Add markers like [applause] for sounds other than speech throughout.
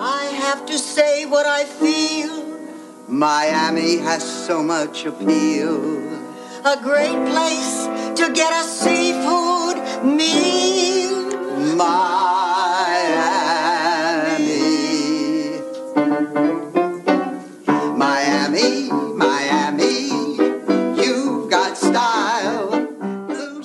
have to say what I feel. Miami has so much appeal. A great place to get a seafood meal. Miami. Miami, Miami, you've got style.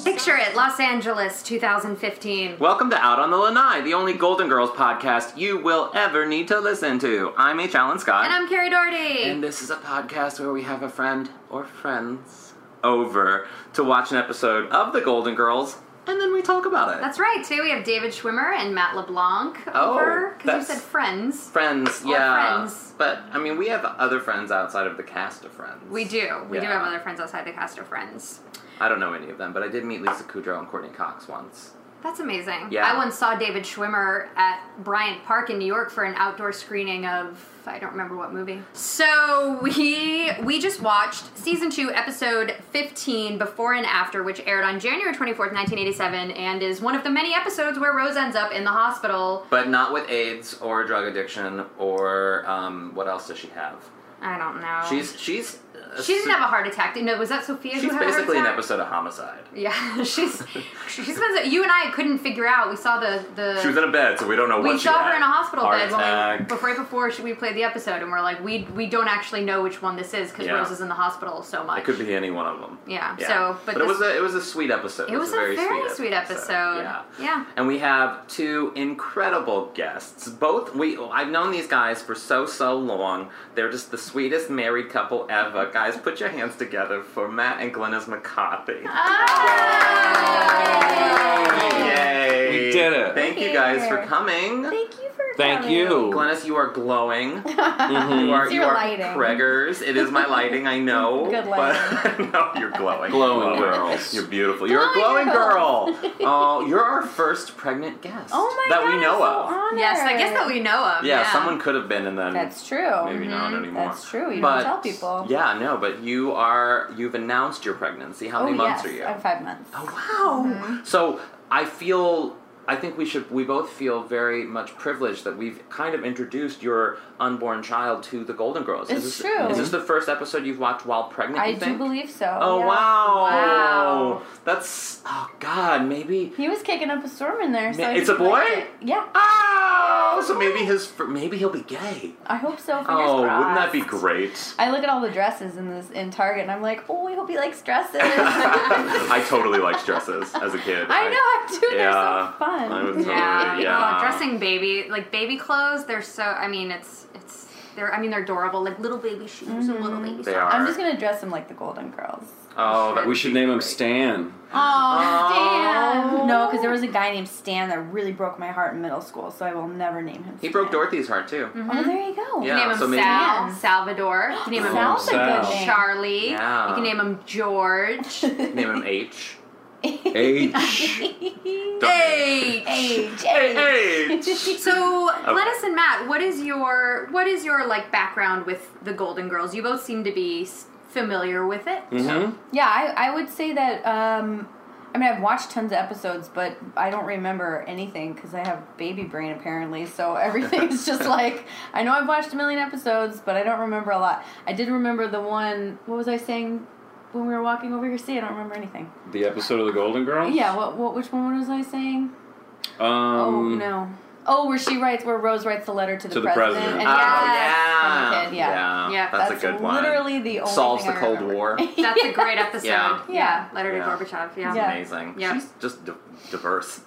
Picture it, Los Angeles, 2015. Welcome to Out on the Lanai, the only Golden Girls podcast you will ever need to listen to. I'm H. Allen Scott. And I'm Carrie Doherty. And uh, this is a podcast where we have a friend or friends over to watch an episode of The Golden Girls and then we talk about it. that's right. Today we have David Schwimmer and Matt LeBlanc over because you Oh, that's- said friends. friends, Or yeah. friends. But I mean, we have other friends outside of the cast of Friends. We do. We do Yeah. have other friends outside the cast of Friends. I don't know any of them, but I did meet Lisa Kudrow and Courtney Cox once. That's amazing. Yeah. I once saw David Schwimmer at Bryant Park in New York for an outdoor screening of I don't remember what movie. So we we just watched season two, episode fifteen, Before and After, which aired on January twenty fourth, nineteen eighty seven, and is one of the many episodes where Rose ends up in the hospital. But not with AIDS or drug addiction or um, what else does she have? I don't know. She's she's uh, Um, she doesn't have a heart attack. No, was that Sophia? who She's had a heart basically an attack? episode of Homicide. Yeah, [laughs] [laughs] she's she spends. You and I couldn't figure out. We saw the the She was in a bed, so we don't know We what she saw her had. in a hospital Heart bed when we, attack. before, right before she, we played the episode, and we're like, we we don't actually know which one this is because Yeah. Rose is in the hospital so much. It could be any one of them. Yeah, so, but it this- was a it was a sweet episode. It was a very sweet episode. Yeah. Yeah. And we have two incredible guests. Both we I've known these guys for so so long. They're just the sweetest married couple ever. guys, put your hands together for Matt and Glennis McCarthy. Yay! We did it. Thank you guys for coming. Thank you for Thank coming. you. Glennis, you are [laughs] glowing. You are It's you your are lighting. Kreggers. It is my lighting. I know. [laughs] Good But, [laughs] no, you're glowing. Glowing girls. You're beautiful. You're a glowing Glowing girl. [laughs] Oh, you're our first pregnant guest Oh my that god. we know I'm so of. Honored. Yes, I guess that we know of. yeah, someone could have been, and then That's true. maybe not anymore. That's true. You But- don't tell people. Yeah, no, but you are. You've announced your pregnancy. How Oh, many months yes. are you? I'm five months. Oh wow! Mm-hmm. So I feel. I think we should. We both feel very much privileged that we've kind of introduced your unborn child to the Golden Girls. It's is this, true. Is this the first episode you've watched while pregnant? I you do think? believe so. Oh yeah. wow! Wow. That's oh god. Maybe He was kicking up a storm in there. So Ma- I it's a think he liked boy? it. Yeah. oh, so maybe his fr- maybe he'll be gay. I hope so. Fingers Oh, wouldn't that be crossed. great? [laughs] I look at all the dresses in this in Target, and I'm like, oh, I hope he [laughs] likes dresses. [laughs] I I totally liked dresses as a kid. know, I'm doing Yeah. they're so fun. I was- Yeah. Totally, yeah. Oh, dressing baby, like baby clothes. They're so. I mean, it's it's. They're. I mean, they're adorable. Like little baby shoes and little baby. They socks. are. I'm just gonna dress him like the Golden Girls. oh, that We should name him Stan. Oh, Aw. Stan! No, because there was a guy named Stan that really broke my heart in middle school, so I will never name him. He Stan. broke Dorothy's heart too. Oh, there you Yeah. go. You can name him so maybe- Oh. Sal, Salvador. You can name him Sal's Sounds a good Sal. name. Charlie. Yeah. You can name him [laughs] George. Name him H. H. [laughs] Hey. Age, age. [laughs] H. So, Glennis and Matt, what is your what is your like background with the Golden Girls? You both seem to be s- familiar with [laughs] it. hmm Mm-hmm. Yeah, I, I would say that. Um, I mean, I've watched tons of episodes, but I don't remember anything because I have baby brain apparently. So [laughs] everything is just like I know I've watched a million episodes, but I don't remember a lot. I did remember the one. What was I saying when we were walking over here? See, I don't remember anything. The episode of the Golden Girls. Yeah. What? What? Which one was I saying? Um, Oh no. Oh, where she writes, where Rose writes the letter to the, To the president, president. and Oh, yes, yeah. from the kid, yeah. Yeah, Ah, That's, a good one. Literally the only Solves thing the I Cold remember. [laughs] War. It's That's a great episode. Yeah. Yeah. Letter Yeah. to Gorbachev. Yeah. Yeah. amazing. Yeah. She's just di- diverse.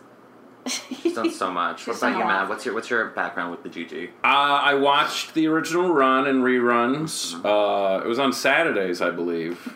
She's done so much. what She's about done you, a lot. Matt? What's your what's your background with the GG? Uh, I watched the original run and reruns. Mm-hmm. Uh, it was on Saturdays, I believe.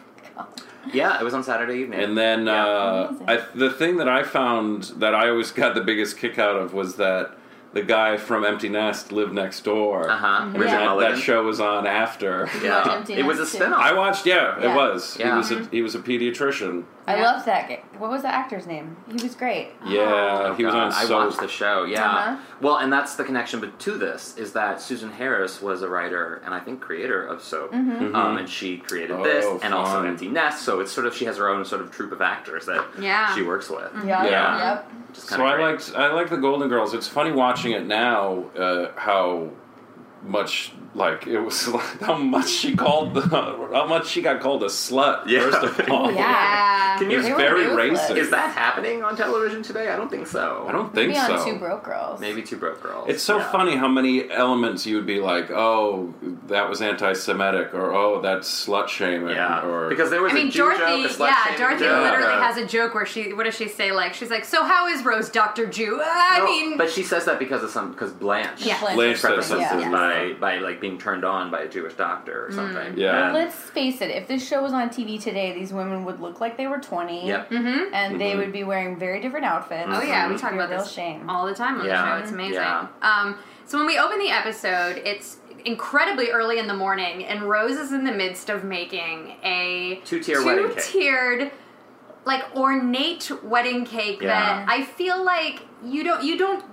Yeah, it was on Saturday evening. And then Yeah. uh, Amazing. I, the thing that I found that I always [laughs] got the biggest kick out of was that the guy from Empty Nest lived next door. uh huh. And that, that Mulligan. show was on after. Like Yeah. Empty It was a Nest, too. spin-off. I watched. Yeah, Yeah. it was. Yeah. Mm-hmm. He was. A, he was a pediatrician. I Yeah. loved that. Guy. What was the actor's name? He was great. Yeah, he was Oh, God, on. I so, watched the show. Yeah. Uh-huh. Well, and that's the connection but to this is that Susan Harris was a writer and I think creator of soap, Mm-hmm. um, and she created this Oh, and also fun. Empty Nest. So it's sort of she has her own sort of troupe of actors that Yeah. Mm-hmm. she works with. Yeah. Yeah. Yep. Which is So kinda I great. liked. I like the Golden Girls. It's funny watching it now. Uh, how much like it was [laughs] like how much she called the, how much she got called a slut Yeah. first [laughs] of all. Yeah. Can you- It's They were very ruthless. racist. Is that happening on television today? I don't think so. I don't think Maybe on so. Two Broke Girls. Maybe two broke girls. It's so Yeah. funny how many elements you would be like, oh, that was anti-Semitic, or oh, that's slut shaming, Yeah, or because there was I mean, a Jew joke, a Dorothy, slut yeah, shaming Dorothy joke. Uh. literally Yeah. has a joke where she, what does she say? Like, she's like, so how is Rose Dr. Jew? Uh, I No, mean, but she says that because of some because Blanche. Yeah. Blanche Blanche says prefaces something. Yeah. it by by like being turned on by a Jewish doctor or Mm. something. Yeah. And- Let's face it, if this show was on TV today, these women would look like they were 20. Yep. And Mm-hmm. they would be wearing very different outfits. Mm-hmm. Oh yeah, we talk Be a about real this shame. all the time on Uh-huh. Yeah. the show. It's amazing. Yeah. Um, so when we open the episode, it's incredibly early in the morning, and Rose is in the midst of making a Two-tier wedding cake. two-tiered, like ornate wedding cake Yeah. that I feel like you don't you don't.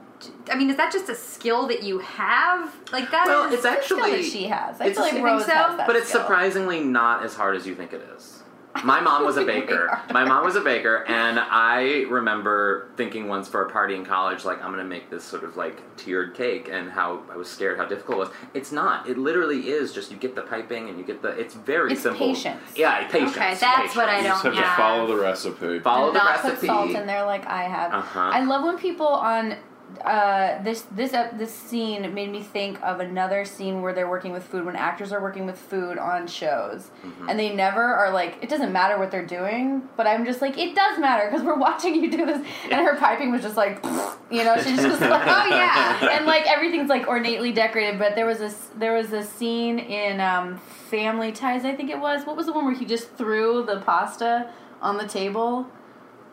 I mean, is that just a skill that you have? Like that Well, is- [laughs] it's actually that she has. I it's- feel like you think Rose so? has that but it's skill. surprisingly not as hard as you think it is. My mom was a baker. My mom was a baker, and I remember thinking once for a party in college, like, I'm gonna make this sort of like tiered cake, and how I was scared how difficult it was. It's not. It literally is just you get the piping and you get the. It's very It's simple. patience. Yeah, patience. Okay, that's what I you patience. just don't have to have. follow the recipe. Follow And the not recipe. put salt [laughs] in there [laughs] like I have. Uh-huh. I love when people on uh, this this ep this scene made me think of another scene where they're working with food when actors are working with food on shows Mm-hmm. and they never are like it doesn't matter what they're doing but I'm just like it does matter because we're watching you do this and her piping was just like [laughs] you know she's just like oh yeah [laughs] and like everything's like ornately decorated but there was this there was a scene in um, Family Ties I think it was what was the one where he just threw the pasta on the table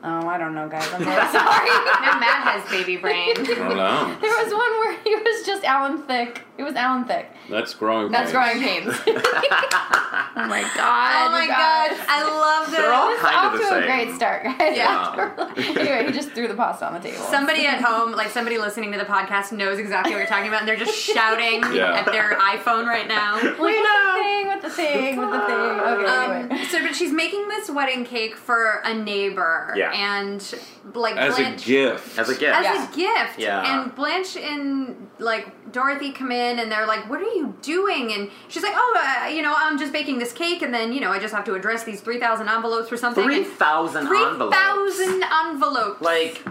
oh I don't know guys I'm really [laughs] sorry. now Matt has baby [laughs] brain. I don't [laughs] know. There was one where he was just Alan Thick. It was Alan Thick. That's growing. That's growing pains. pains. [laughs] oh my god. oh my you god, guys. I love this. They're all It's kind off of to the a same. great start, guys. [laughs] Yeah. anyway, he just threw the pasta on the table. Somebody at home, like somebody listening to the podcast, knows exactly what you're talking about, and they're just shouting Yeah. at their iPhone right now. Like, with the thing, with the thing, with the thing. Okay, Um, [laughs] anyway. so, but she's making this wedding cake for a neighbor, Yeah. and like As Blanche, a gift. As a gift. as Yeah. a gift. Yeah. And Blanche and like Dorothy come in, and they're like, "What are you doing?" And she's like, "Oh, uh, you know, I'm just baking this cake, and then you know, I just have to address these three thousand envelopes or something." Three thousand Three envelopes. thousand envelopes. Like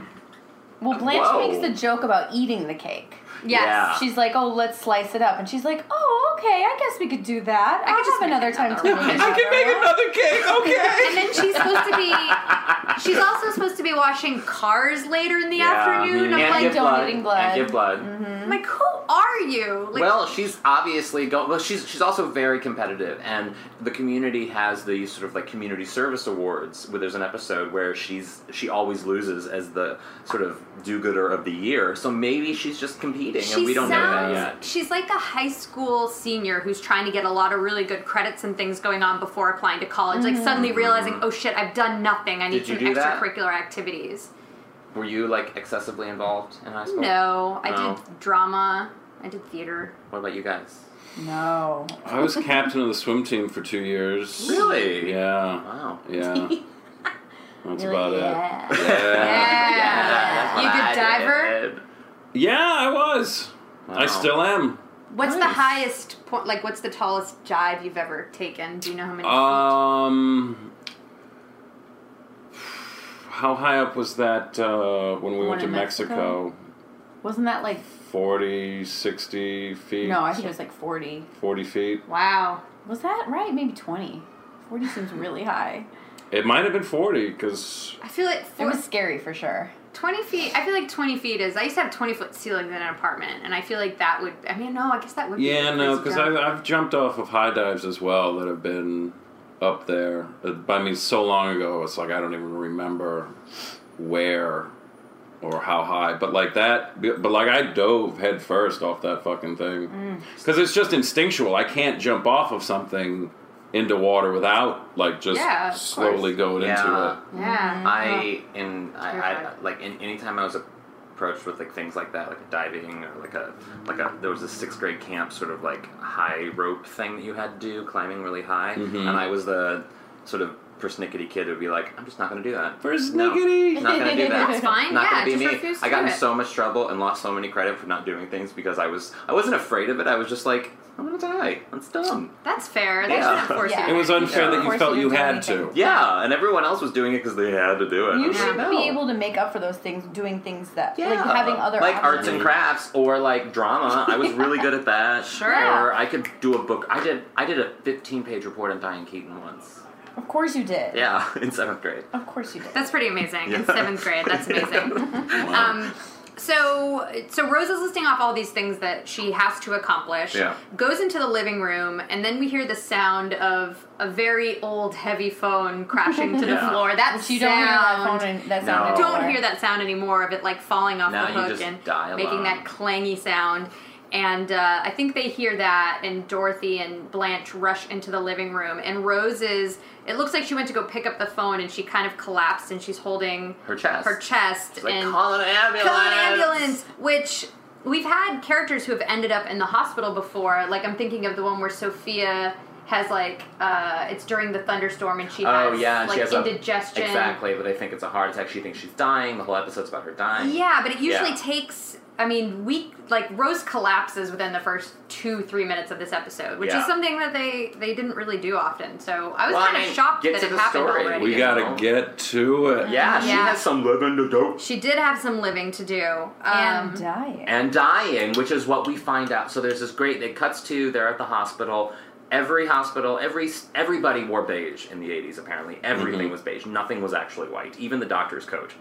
Well, Blanche Whoa. makes the joke about eating the cake. yes. yeah. She's like, "Oh, let's slice it up," and she's like, "Oh, okay, I guess we could do that. I could could just just have make another time to another make one." another I can make one." another cake. Okay. [laughs] And then she's supposed to be. She's also supposed to be washing cars later in the Yeah. afternoon. And I'm like, give blood. donating blood. And give blood. I'm like, who are you? Like, well, she's obviously going. Well, she's she's also very competitive, and the community has these sort of like community service awards where there's an episode where she's she always loses as the sort of do-gooder of the year. So maybe she's just competing, she and we don't sounds. know that yet. She's like a high school senior who's trying to get a lot of really good credits and things going on before applying to college. Like suddenly realizing, oh shit, I've done nothing. I need Mm-hmm. Did some you do that? extracurricular activities. Were you like excessively involved in high school? No, I No. did drama. I did theater. What about you guys? No, I was captain of the swim team for two years. Really? Yeah. Wow. [laughs] Yeah. That's You're about like, it. yeah. Yeah. That- [laughs] that's you what good I diver? did. Yeah, I was. Wow. I still am. What's the Nice. highest point? Like, what's the tallest dive you've ever taken? Do you know how many? Um, how high up was that uh, when we One went to in Mexico? Mexico? Wasn't that like? Forty, sixty 40, 60 feet. No, I think it was like forty. 40 feet. feet? Wow. Was that right? Maybe 20. 40 seems really high. It might have been 40 because I feel like It four, was scary for sure. 20 feet. I feel like 20 feet is. I used to have 20 foot ceilings in an apartment, and I feel like that would. I mean, no, I guess that would be. Yeah, a crazy no, because jump. I've, I've jumped off of high dives as well that have been up there. Uh, But I mean, so long ago, it's like I don't even remember where or how high. But like that, but like I dove head first off that fucking Mm. thing. Because it's just instinctual. I can't jump off of something into water without like just Yeah, of slowly going Yeah. into it. Yeah. Mm-hmm. I Oh. in I, I Terrified. like in anytime I was approached with like things like that, like diving or like a like Mm. a there was a sixth grade camp sort of like high rope thing that you had to do, climbing really high, and I was the sort of persnickety kid would be like, I'm just not going to do that. For No, snickety. not going to do that. That's fine, Not yeah, going to just be me. refuse to I got do in it. so much trouble and lost so many credit for not doing things because I was I wasn't afraid of it. I was just like, I'm going to die. That's dumb. That's fair. They Yeah. shouldn't force Yeah. you. It to was do unfair Yeah. that Of you course felt you you didn't do had anything. to. Yeah, and everyone else was doing it because they had to do it. You I'm should like, no. be able to make up for those things doing things that Yeah. like having other like options. arts and crafts or like drama. I was really [laughs] good at that. Sure. Or I could do a book. I did. I did a 15 page report on Diane Keaton once. Of course you did. Yeah, [laughs] in seventh grade. Of course you [laughs] did. That's pretty amazing. Yeah. In seventh grade, [laughs] that's amazing. Wow. um, so, so Rose is listing off all these things that she has to accomplish. Yeah. Goes into the living room, and then we hear the sound of a very old, heavy phone crashing to the Yeah. floor. That But you don't hear that sound. phone and that No. sound don't anymore. hear that sound anymore of it like falling off Now the you hook just and die making alone. that clangy sound. And uh, I think they hear that, and Dorothy and Blanche rush into the living room. And Rose is, it looks like she went to go pick up the phone and she kind of collapsed and she's holding Her chest. Her chest. It's like and call an ambulance. Call an ambulance! Which we've had characters who have ended up in the hospital before. Like I'm thinking of the one where Sophia has like uh, it's during the thunderstorm and she Oh has yeah, and like she has a- indigestion. exactly, but they think it's a heart attack. She thinks she's dying. The whole episode's about her dying. Yeah, but it usually Yeah. takes. I mean, we like Rose collapses within the first two three minutes of this episode, which Yeah. is something that they they didn't really do often. So I was Well, I kind of mean, shocked get that to it the happened story. already. We gotta get to it. Yeah, she Yeah. has some living to do. she did have some living to do. Um, And uh, dying. and dying, which is what we find out. So there's this great. It cuts to they're at the hospital. Every hospital, every everybody wore beige in the 80s. Apparently, everything was beige. Nothing was actually white. Even the doctor's coat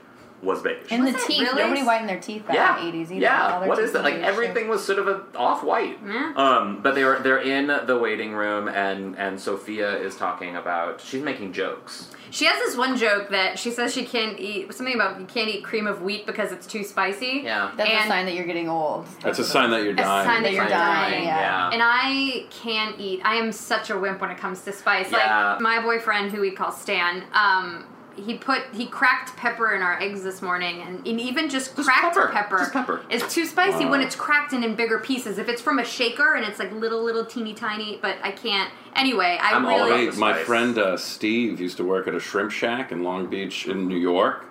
was beige. And the Was it teeth. really? Nobody whitened their teeth back yeah, in the 80s either. All yeah. their What teeth is that? Like were everything was sort of a off white. Yeah. Um, but they're they're in the waiting room, and and Sophia is talking about she's making jokes. She has this one joke that she says she can't eat something about you can't eat cream of wheat because it's too spicy. Yeah. That's and a sign that you're getting old. That's a sign that you're A sign dying. that you're Sign dying. yeah. And I can't eat. I am such a wimp when it comes to spice. Yeah. Like my boyfriend, who we call Stan, um, he put he cracked pepper in our eggs this morning, and, and even just cracked pepper. Just pepper. is too spicy when Wow. it's cracked and in bigger pieces. If it's from a shaker and it's like little, little, teeny tiny, but I can't. Anyway, I I'm all really about Wait, the my spice. friend uh, Steve used to work at a shrimp shack in Long Beach, in New York,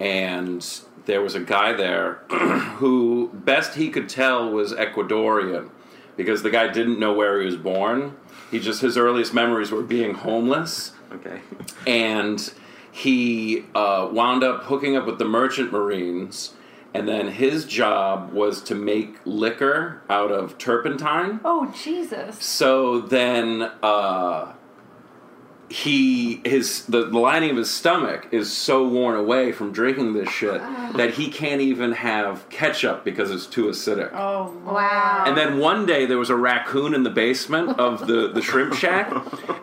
and there was a guy there [clears throat] who, best he could tell, was Ecuadorian because the guy didn't know where he was born. He just his earliest memories were being homeless Okay. and he uh, wound up hooking up with the merchant marines and then his job was to make liquor out of turpentine Oh Jesus! so then uh, he his the, the lining of his stomach is so worn away from drinking this shit that he can't even have ketchup because it's too acidic Oh Lord. Wow. and then one day there was a raccoon in the basement of the, the shrimp shack.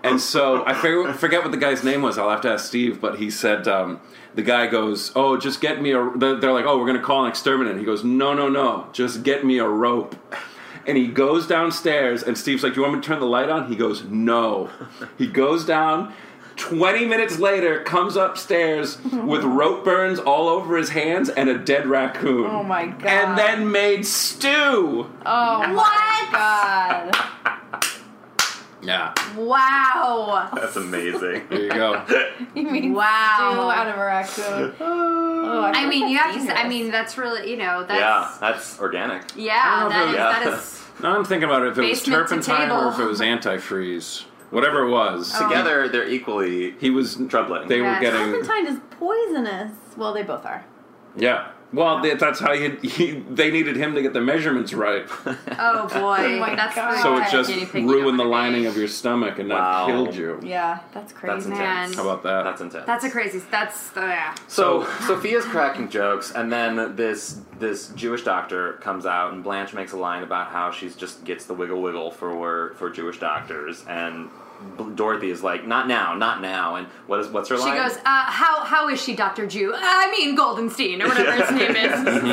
And so I forget, forget what the guy's name was. I'll have to ask Steve. But he said, um, the guy goes, Oh, just get me a. They're they're like, Oh, we're going to call an exterminator. He goes, No, no, no. Just get me a rope. And he goes downstairs, and Steve's like, Do you want me to turn the light on? He goes, No. He goes down. 20 minutes later, comes upstairs with rope burns all over his hands and a dead raccoon. Oh my God. And then made stew. Oh my What? God. Yeah. wow. [laughs] That's [laughs] amazing. There [laughs] you go. [laughs] You mean Wow. stew out of a raccoon? oh, I, I feel mean, like you have that's to. Say, I dangerous. mean, that's really you know that's yeah, that's organic. Yeah, I don't that know is, it- if that yeah. is. Now I'm thinking about it, if it was Basement to turpentine or if table. Oh. it was antifreeze, whatever it was. Together, they're equally He was troubling. They Yes. were getting turpentine is poisonous. Well, they both are. yeah. Well, th that's how you, he. They needed him to get the measurements right, [laughs] Oh [laughs] boy, Oh my that's God. the so it kind of just guinea pig you don't ruined wanna the be. lining of your stomach and Wow. not killed you. Yeah, that's crazy. intense. Man, How about that? That's intense. that's a crazy. That's the yeah. So Sophia's cracking jokes, and then this this Jewish doctor comes out, and Blanche makes a line about how she's just gets the wiggle wiggle for for Jewish doctors, and B- Dorothy is like, "Not now, not now." And what is what's her She line? goes, uh, how how is she Dr. Jew? Uh, I mean Goldenstein or whatever his name is. It's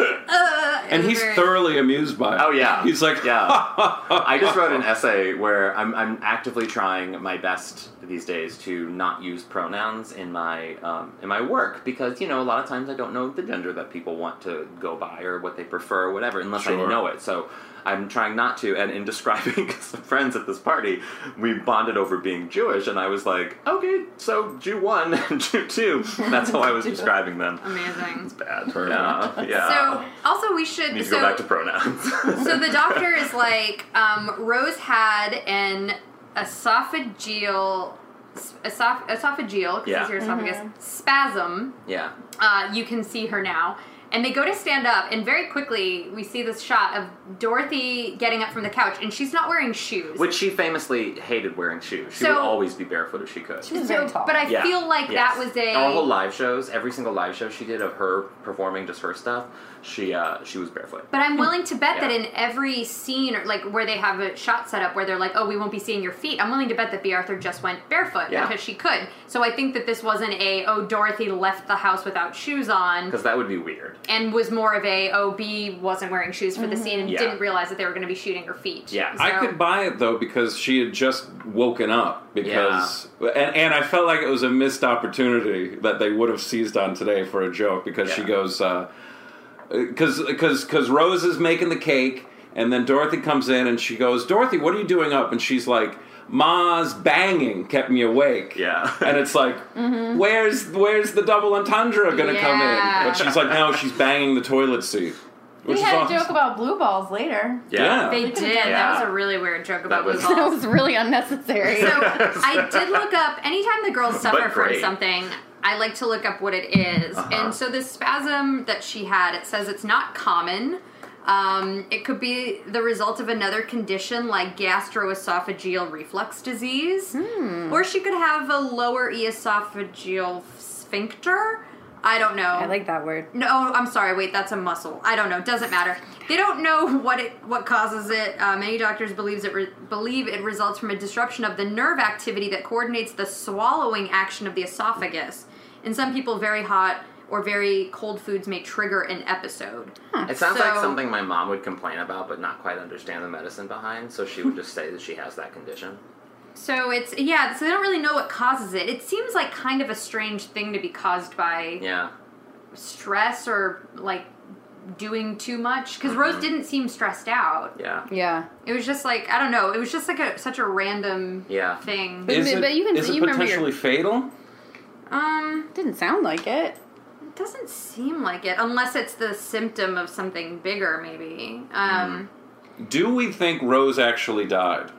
like, [laughs] uh, and it's he's very- thoroughly amused by it. Oh yeah, [laughs] He's like, yeah. I just wrote an essay where I'm I'm actively trying my best. these days to not use pronouns in my um, in my work because you know a lot of times I don't know the gender that people want to go by or what they prefer or whatever unless I Sure. know it. So I'm trying not to. And in [laughs] describing some friends at this party, we bonded over being Jewish, and I was like, okay, so Jew one [laughs] and Jew two. That's how I [laughs] was describing them. Amazing. Bad. Perfect. Yeah. yeah. So also we should Need to so go back to pronouns. [laughs] so the doctor is like um, Rose had an esophageal esoph- esophageal because Yeah. it's your esophagus spasm. yeah. Uh, you can see her now. And they go to stand up, and very quickly we see this shot of Dorothy getting up from the couch, and she's not wearing shoes. Which she famously hated wearing shoes. She So- would always be barefoot if she could. She was very tall. But I Yeah, feel like yes. that was a all the live shows. Every single live show she did of her performing just her stuff, she uh, she was barefoot. But I'm willing to bet Yeah. that in every scene, or like where they have a shot set up where they're like, "Oh, we won't be seeing your feet," I'm willing to bet that B. Arthur just went barefoot Yeah. because she could. So I think that this wasn't a "Oh, Dorothy left the house without shoes on," Because that would be weird. and was more of a "Oh, B wasn't wearing shoes for the scene and Yeah. didn't realize that they were going to be shooting her feet." Yeah. I So- could buy it though because she had just woken up because and, and I felt like it was a missed opportunity that they would have seized on today for a joke because she Yeah. goes uh, because because because Rose is making the cake and then Dorothy comes in and she goes Dorothy what are you doing up and she's like Ma's banging kept me awake Yeah. [laughs] and it's [laughs] like Mm-hmm. where's where's the double entendre gonna come Yeah. in but she's like no she's banging the toilet seat which we is had awesome. a joke about blue balls later. Yeah. They could've did. done That that. was a really weird joke That about was- blue [laughs] That [laughs] balls. was really [laughs] unnecessary. So I did look up anytime the girls suffer from great. something, I like to look up what it is. Uh-huh. And so this spasm that she had, it says it's not common. Um, it could be the result of another condition like gastroesophageal reflux disease, Hmm. or she could have a lower esophageal sphincter. I don't know. I like that word. No, I'm sorry. Wait, that's a muscle. I don't know. Doesn't matter. They don't know what it what causes it. Uh, many doctors believes it re- believe it results from a disruption of the nerve activity that coordinates the swallowing action of the esophagus. In some people, very hot or very cold foods may trigger an episode. It sounds like So- something my mom would complain about, but not quite understand the medicine behind. So she would just say that she has that condition. So it's yeah. So they don't really know what causes it. It seems like kind of a strange thing to be caused by Yeah. stress or like doing too much. Because Rose didn't seem stressed out. Yeah. Yeah. It was just like I don't know. It was just like a such a random Yeah. [laughs] thing. It- is it, but you can- is it you remember your- potentially fatal um, Didn't sound like it. it doesn't seem like it unless it's the symptom of something bigger, maybe. Um, Mm-hmm. Do we think Rose actually died?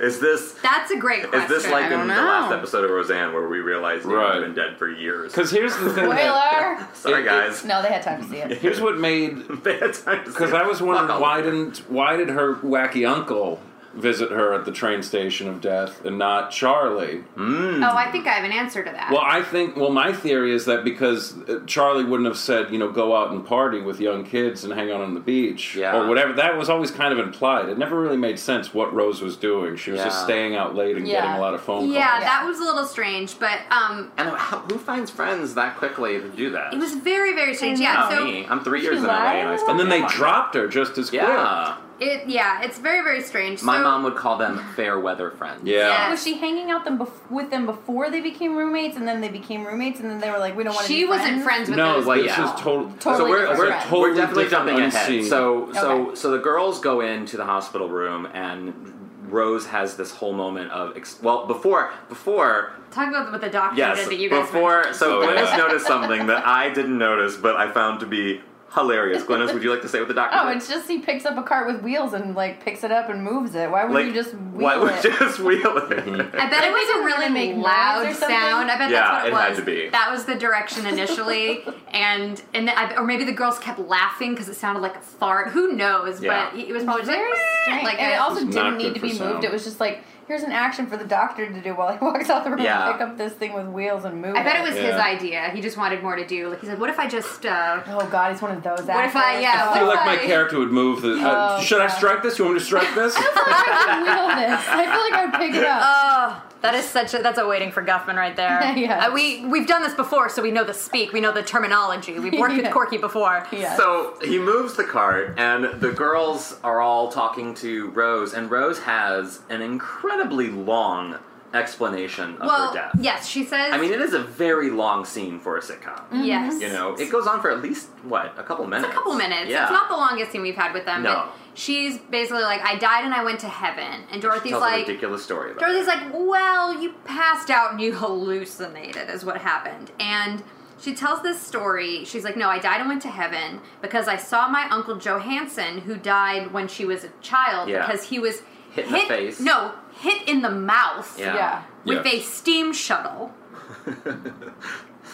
Is this that's a great question. is this like I in don't the last know. episode of Roseanne where we realized Newman's Right. been dead for years? Because here's the [laughs] thing. that- Spoiler. Sorry, it- it- guys. [laughs] no, they had time to see it. here's what made. Because Because I was wondering why didn't why did her wacky uncle visit her at the train station of death and not Charlie? oh, I think I have an answer to that. Well, I think. Well, my theory is that because uh, Charlie wouldn't have said, you know, go out and party with young kids and hang out on the beach Yeah. or whatever. That was always kind of implied. It never really made sense what Rose was doing. She was Yeah. just staying out late and Yeah. getting a lot of phone yeah, calls. that was a little strange, but um, And how, who finds friends that quickly to do that? it was very very strange. I Yeah, Not so me. I'm three years in She LA, and I lied? still And then they can't find dropped her just as them. quick. Yeah, it yeah, it's very very strange. my so, mom would call them fair weather friends. Yeah. Was she hanging out them bef- with them before they became roommates, and then they became roommates, and then they were like, "We don't want to." She wasn't friends with No, those like people. this is total. Totally so we're, different we're, friends. we're definitely different jumping ahead. unseen. So so Okay. so the girls go into the hospital room and Rose has this whole moment of ex- well before before Talk about what the doctor yes did that you guys before mentioned. so Oh, Glennis yeah. noticed something that I didn't notice but I found to be hilarious. Glennis, would you like to say what the doctor? Oh, did? it's just he picks up a cart with wheels and like picks it up and moves it. Why would like you just wheel [laughs] why would it? you just wheel it? Mm-hmm. I bet it was doesn't a really really make noise loud or something. sound. I bet Yeah, that's what it, it was. had to be. That was the direction [laughs] initially, and and the, I- or maybe the girls kept laughing because it sounded like a fart. Who knows? Yeah. But it was probably just like, Very strange. like and a- it also It's didn't not need good to for be moved. sound. It was just like, here's an action for the doctor to do while he [laughs] walks out the room Yeah. and pick up this thing with wheels and move I bet it was his Yeah. idea. He just wanted more to do. Like he said, what if I just uh, Oh god, he's one of those. What if I- actors. yeah, Oh, I feel what like my Why? character would move. The, uh, Oh, should I God. strike this? You want me to strike [laughs] this? [laughs] I would wheel this. I feel like I would pick it up. oh. That is such a that's a waiting for Guffman right there. [laughs] Yes. Uh, we we've done this before, so we know the speak, we know the terminology. We've [laughs] worked with Yeah. Corky before. Yes. So he moves the cart, and the girls are all talking to Rose, and Rose has an incredibly long explanation of well, her death. yes, she says. I mean, it is a very long scene for a sitcom. yes, You know, it goes on for at least what a couple minutes. Mm-hmm. It's a couple minutes. Yeah. It's not the longest scene we've had with them. No. But she's basically like, I died and I went to heaven. And She Dorothy's tells a like, ridiculous story about. Dorothy's it. like, well, you passed out and you [laughs] hallucinated, is what happened. And she tells this story. She's like, no, I died and went to heaven because I saw my uncle Johansen, who died when she was a child, Yeah. because he was Hit in the face. No, hit in the mouth Yeah. Yeah. with Yes. a steam shuttle.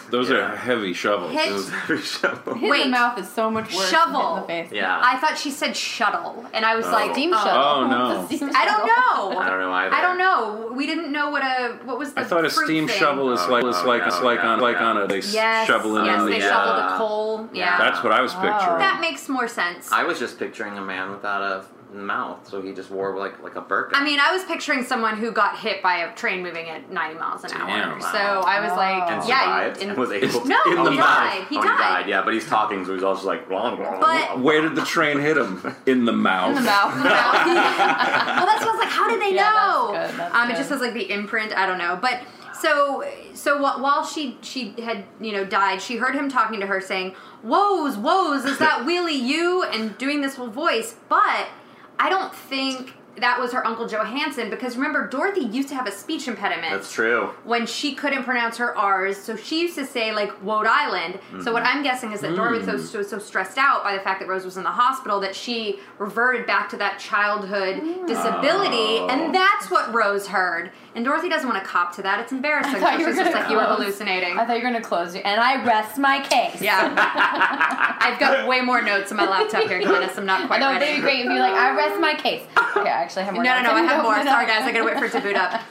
Those Yeah. are heavy shovels. Hit- [laughs] Those- [laughs] Hit Wait. in the mouth is so much worse. Shovel. Than hit in the face. yeah. I thought she said shuttle, and I was Oh. like, Steam oh. shuttle. Oh, no. It's a [laughs] steam I don't shuttle. know. [laughs] I don't know either. I don't know. We didn't know what a what was the. I thought a fruit steam thing. shovel is Oh, like it's oh, like it's no, like no, on like no. on a they s- Yes, shovelin yes, in they the. uh, Yeah. shovel the coal. Yeah, That's what I was Wow. picturing. that makes more sense. I, I was just picturing a man without a mouth, so he just wore like like a burqa. mean, I was picturing someone who got hit by a train moving at 90 miles an hour. Damn, wow. So I was Wow. like, and yeah, survived you- [laughs] and was able to No, in he the mouth. died. He oh, died. he died. Yeah, but he's talking, so he's also like, blah, blah, blah, Where did the train hit him? In the mouth. In the mouth. well, [laughs] that's what I was like. How did they Yeah, that's know? good, that's um, it good. just says like the imprint. I don't know, but so so wh- while she she had you know died, she heard him talking to her saying, "Woes, woes, is that Willie you?" and doing this whole voice. But I don't think that was her uncle Johansen because remember Dorothy used to have a speech impediment That's true. when she couldn't pronounce her R's, so she used to say like Rhode Island. So what Mm-hmm. I'm guessing is that Dorothy was Mm. so, so stressed out by the fact that Rose was in the hospital that she reverted back to that childhood disability, Oh. and that's what Rose heard. And Dorothy doesn't want to cop to that; it's embarrassing. [laughs] I thought so you were she's just gonna like you were close. hallucinating. [laughs] I thought you were gonna close it, and I rest my case. yeah, [laughs] I've got way more notes on my laptop here, Glennis. I'm not quite No, ready. that'd be great if you like. I rest my case. Okay, I actually have No, more. no, notes. no, I [laughs] have more. open Sorry, up. guys, I gotta wait for it to boot [laughs] up.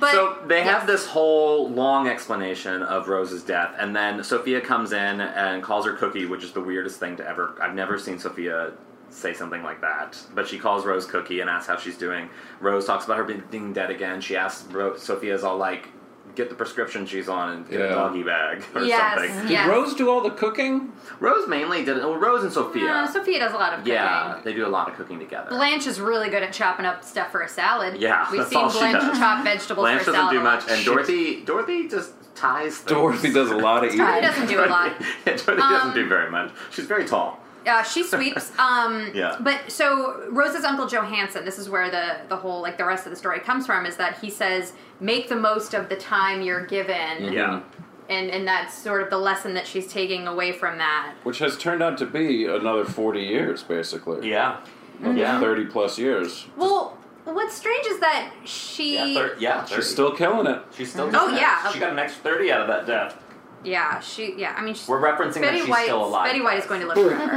But So they yes. have this whole long explanation of Rose's death, and then Sophia comes in and calls her Cookie, which is the weirdest thing to ever. I've never seen Sophia say something like that. But she calls Rose Cookie and asks how she's doing. Rose talks about her being- being dead again. She asks Ro- Sophia's all like, "Get the prescription she's on and get a Yeah. doggy bag [laughs] or Yes. something." Yeah. Rose do all the cooking? Rose mainly did it. Well, Rose and Sophia. Uh, Sophia does a lot of cooking. yeah, they do a lot of cooking together. Blanche is really good at chopping up stuff for a salad. Yeah, we've that's seen all she Blanche does. chop vegetables Blanche for a doesn't salad. do a much, lot. and Dorothy Dorothy just ties. Things. Dorothy does a lot of Right. Dorothy doesn't eating. do a lot. [laughs] yeah, Dorothy Um, doesn't do very much. She's very tall. Uh, she sweeps. Um, Yeah. But so Rose's uncle Johansen. This is where the the whole like the rest of the story comes from. Is that he says make the most of the time you're given. Yeah. And and that's sort of the lesson that she's taking away from that. Which has turned out to be another 40 years, basically. Yeah. Mm-hmm. Another Yeah. 30 plus years. Well, what's strange is that she. Yeah. thir- yeah 30. She's still killing it. She's still. Oh, doing yeah. it. She got an extra thirty out of that death. Yeah, she. Yeah, I mean, she's, We're referencing that Betty she's White. still alive. Betty White is going to live forever. [laughs]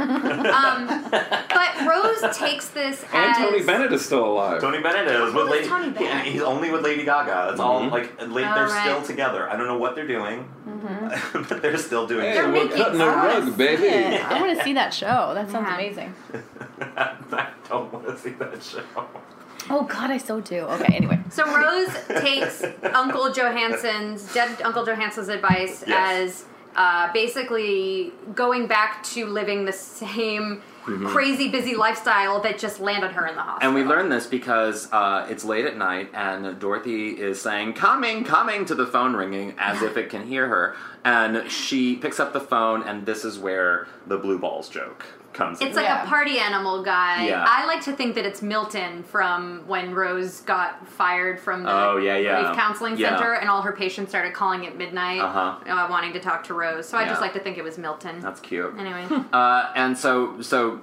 um, but Rose takes this And as Tony Bennett is still alive. Tony Bennett is with is Lady. Tony Bennett? He's only with Lady Gaga. That's all. Mhm. Like la- Oh, they're right. Mm-hmm. still together. I don't know what they're doing, [laughs] but they're still doing. Hey, They're we're making cutting a I wanna rug, see baby. it. I want to see that show. That sounds Yeah. amazing. [laughs] I don't want to see that show. Oh God, I so do. Okay, anyway. So Rose takes Uncle Johansson's dead Uncle Johansson's advice Yes. as uh, basically going back to living the same Mm-hmm. crazy busy lifestyle that just landed her in the hospital. And we learn this because uh, it's late at night, and Dorothy is saying "coming, coming" to the phone ringing as if it can hear her. And she picks up the phone, and this is where the blue balls joke comes in. It's like Yeah. a party animal guy. Yeah. I like to think that it's Milton from when Rose got fired from the Oh, yeah, yeah. grief counseling Yeah. center, and all her patients started calling at midnight, Uh-huh. uh, wanting to talk to Rose. So I just Yeah. like to think it was Milton. That's cute. anyway. Uh, and so, so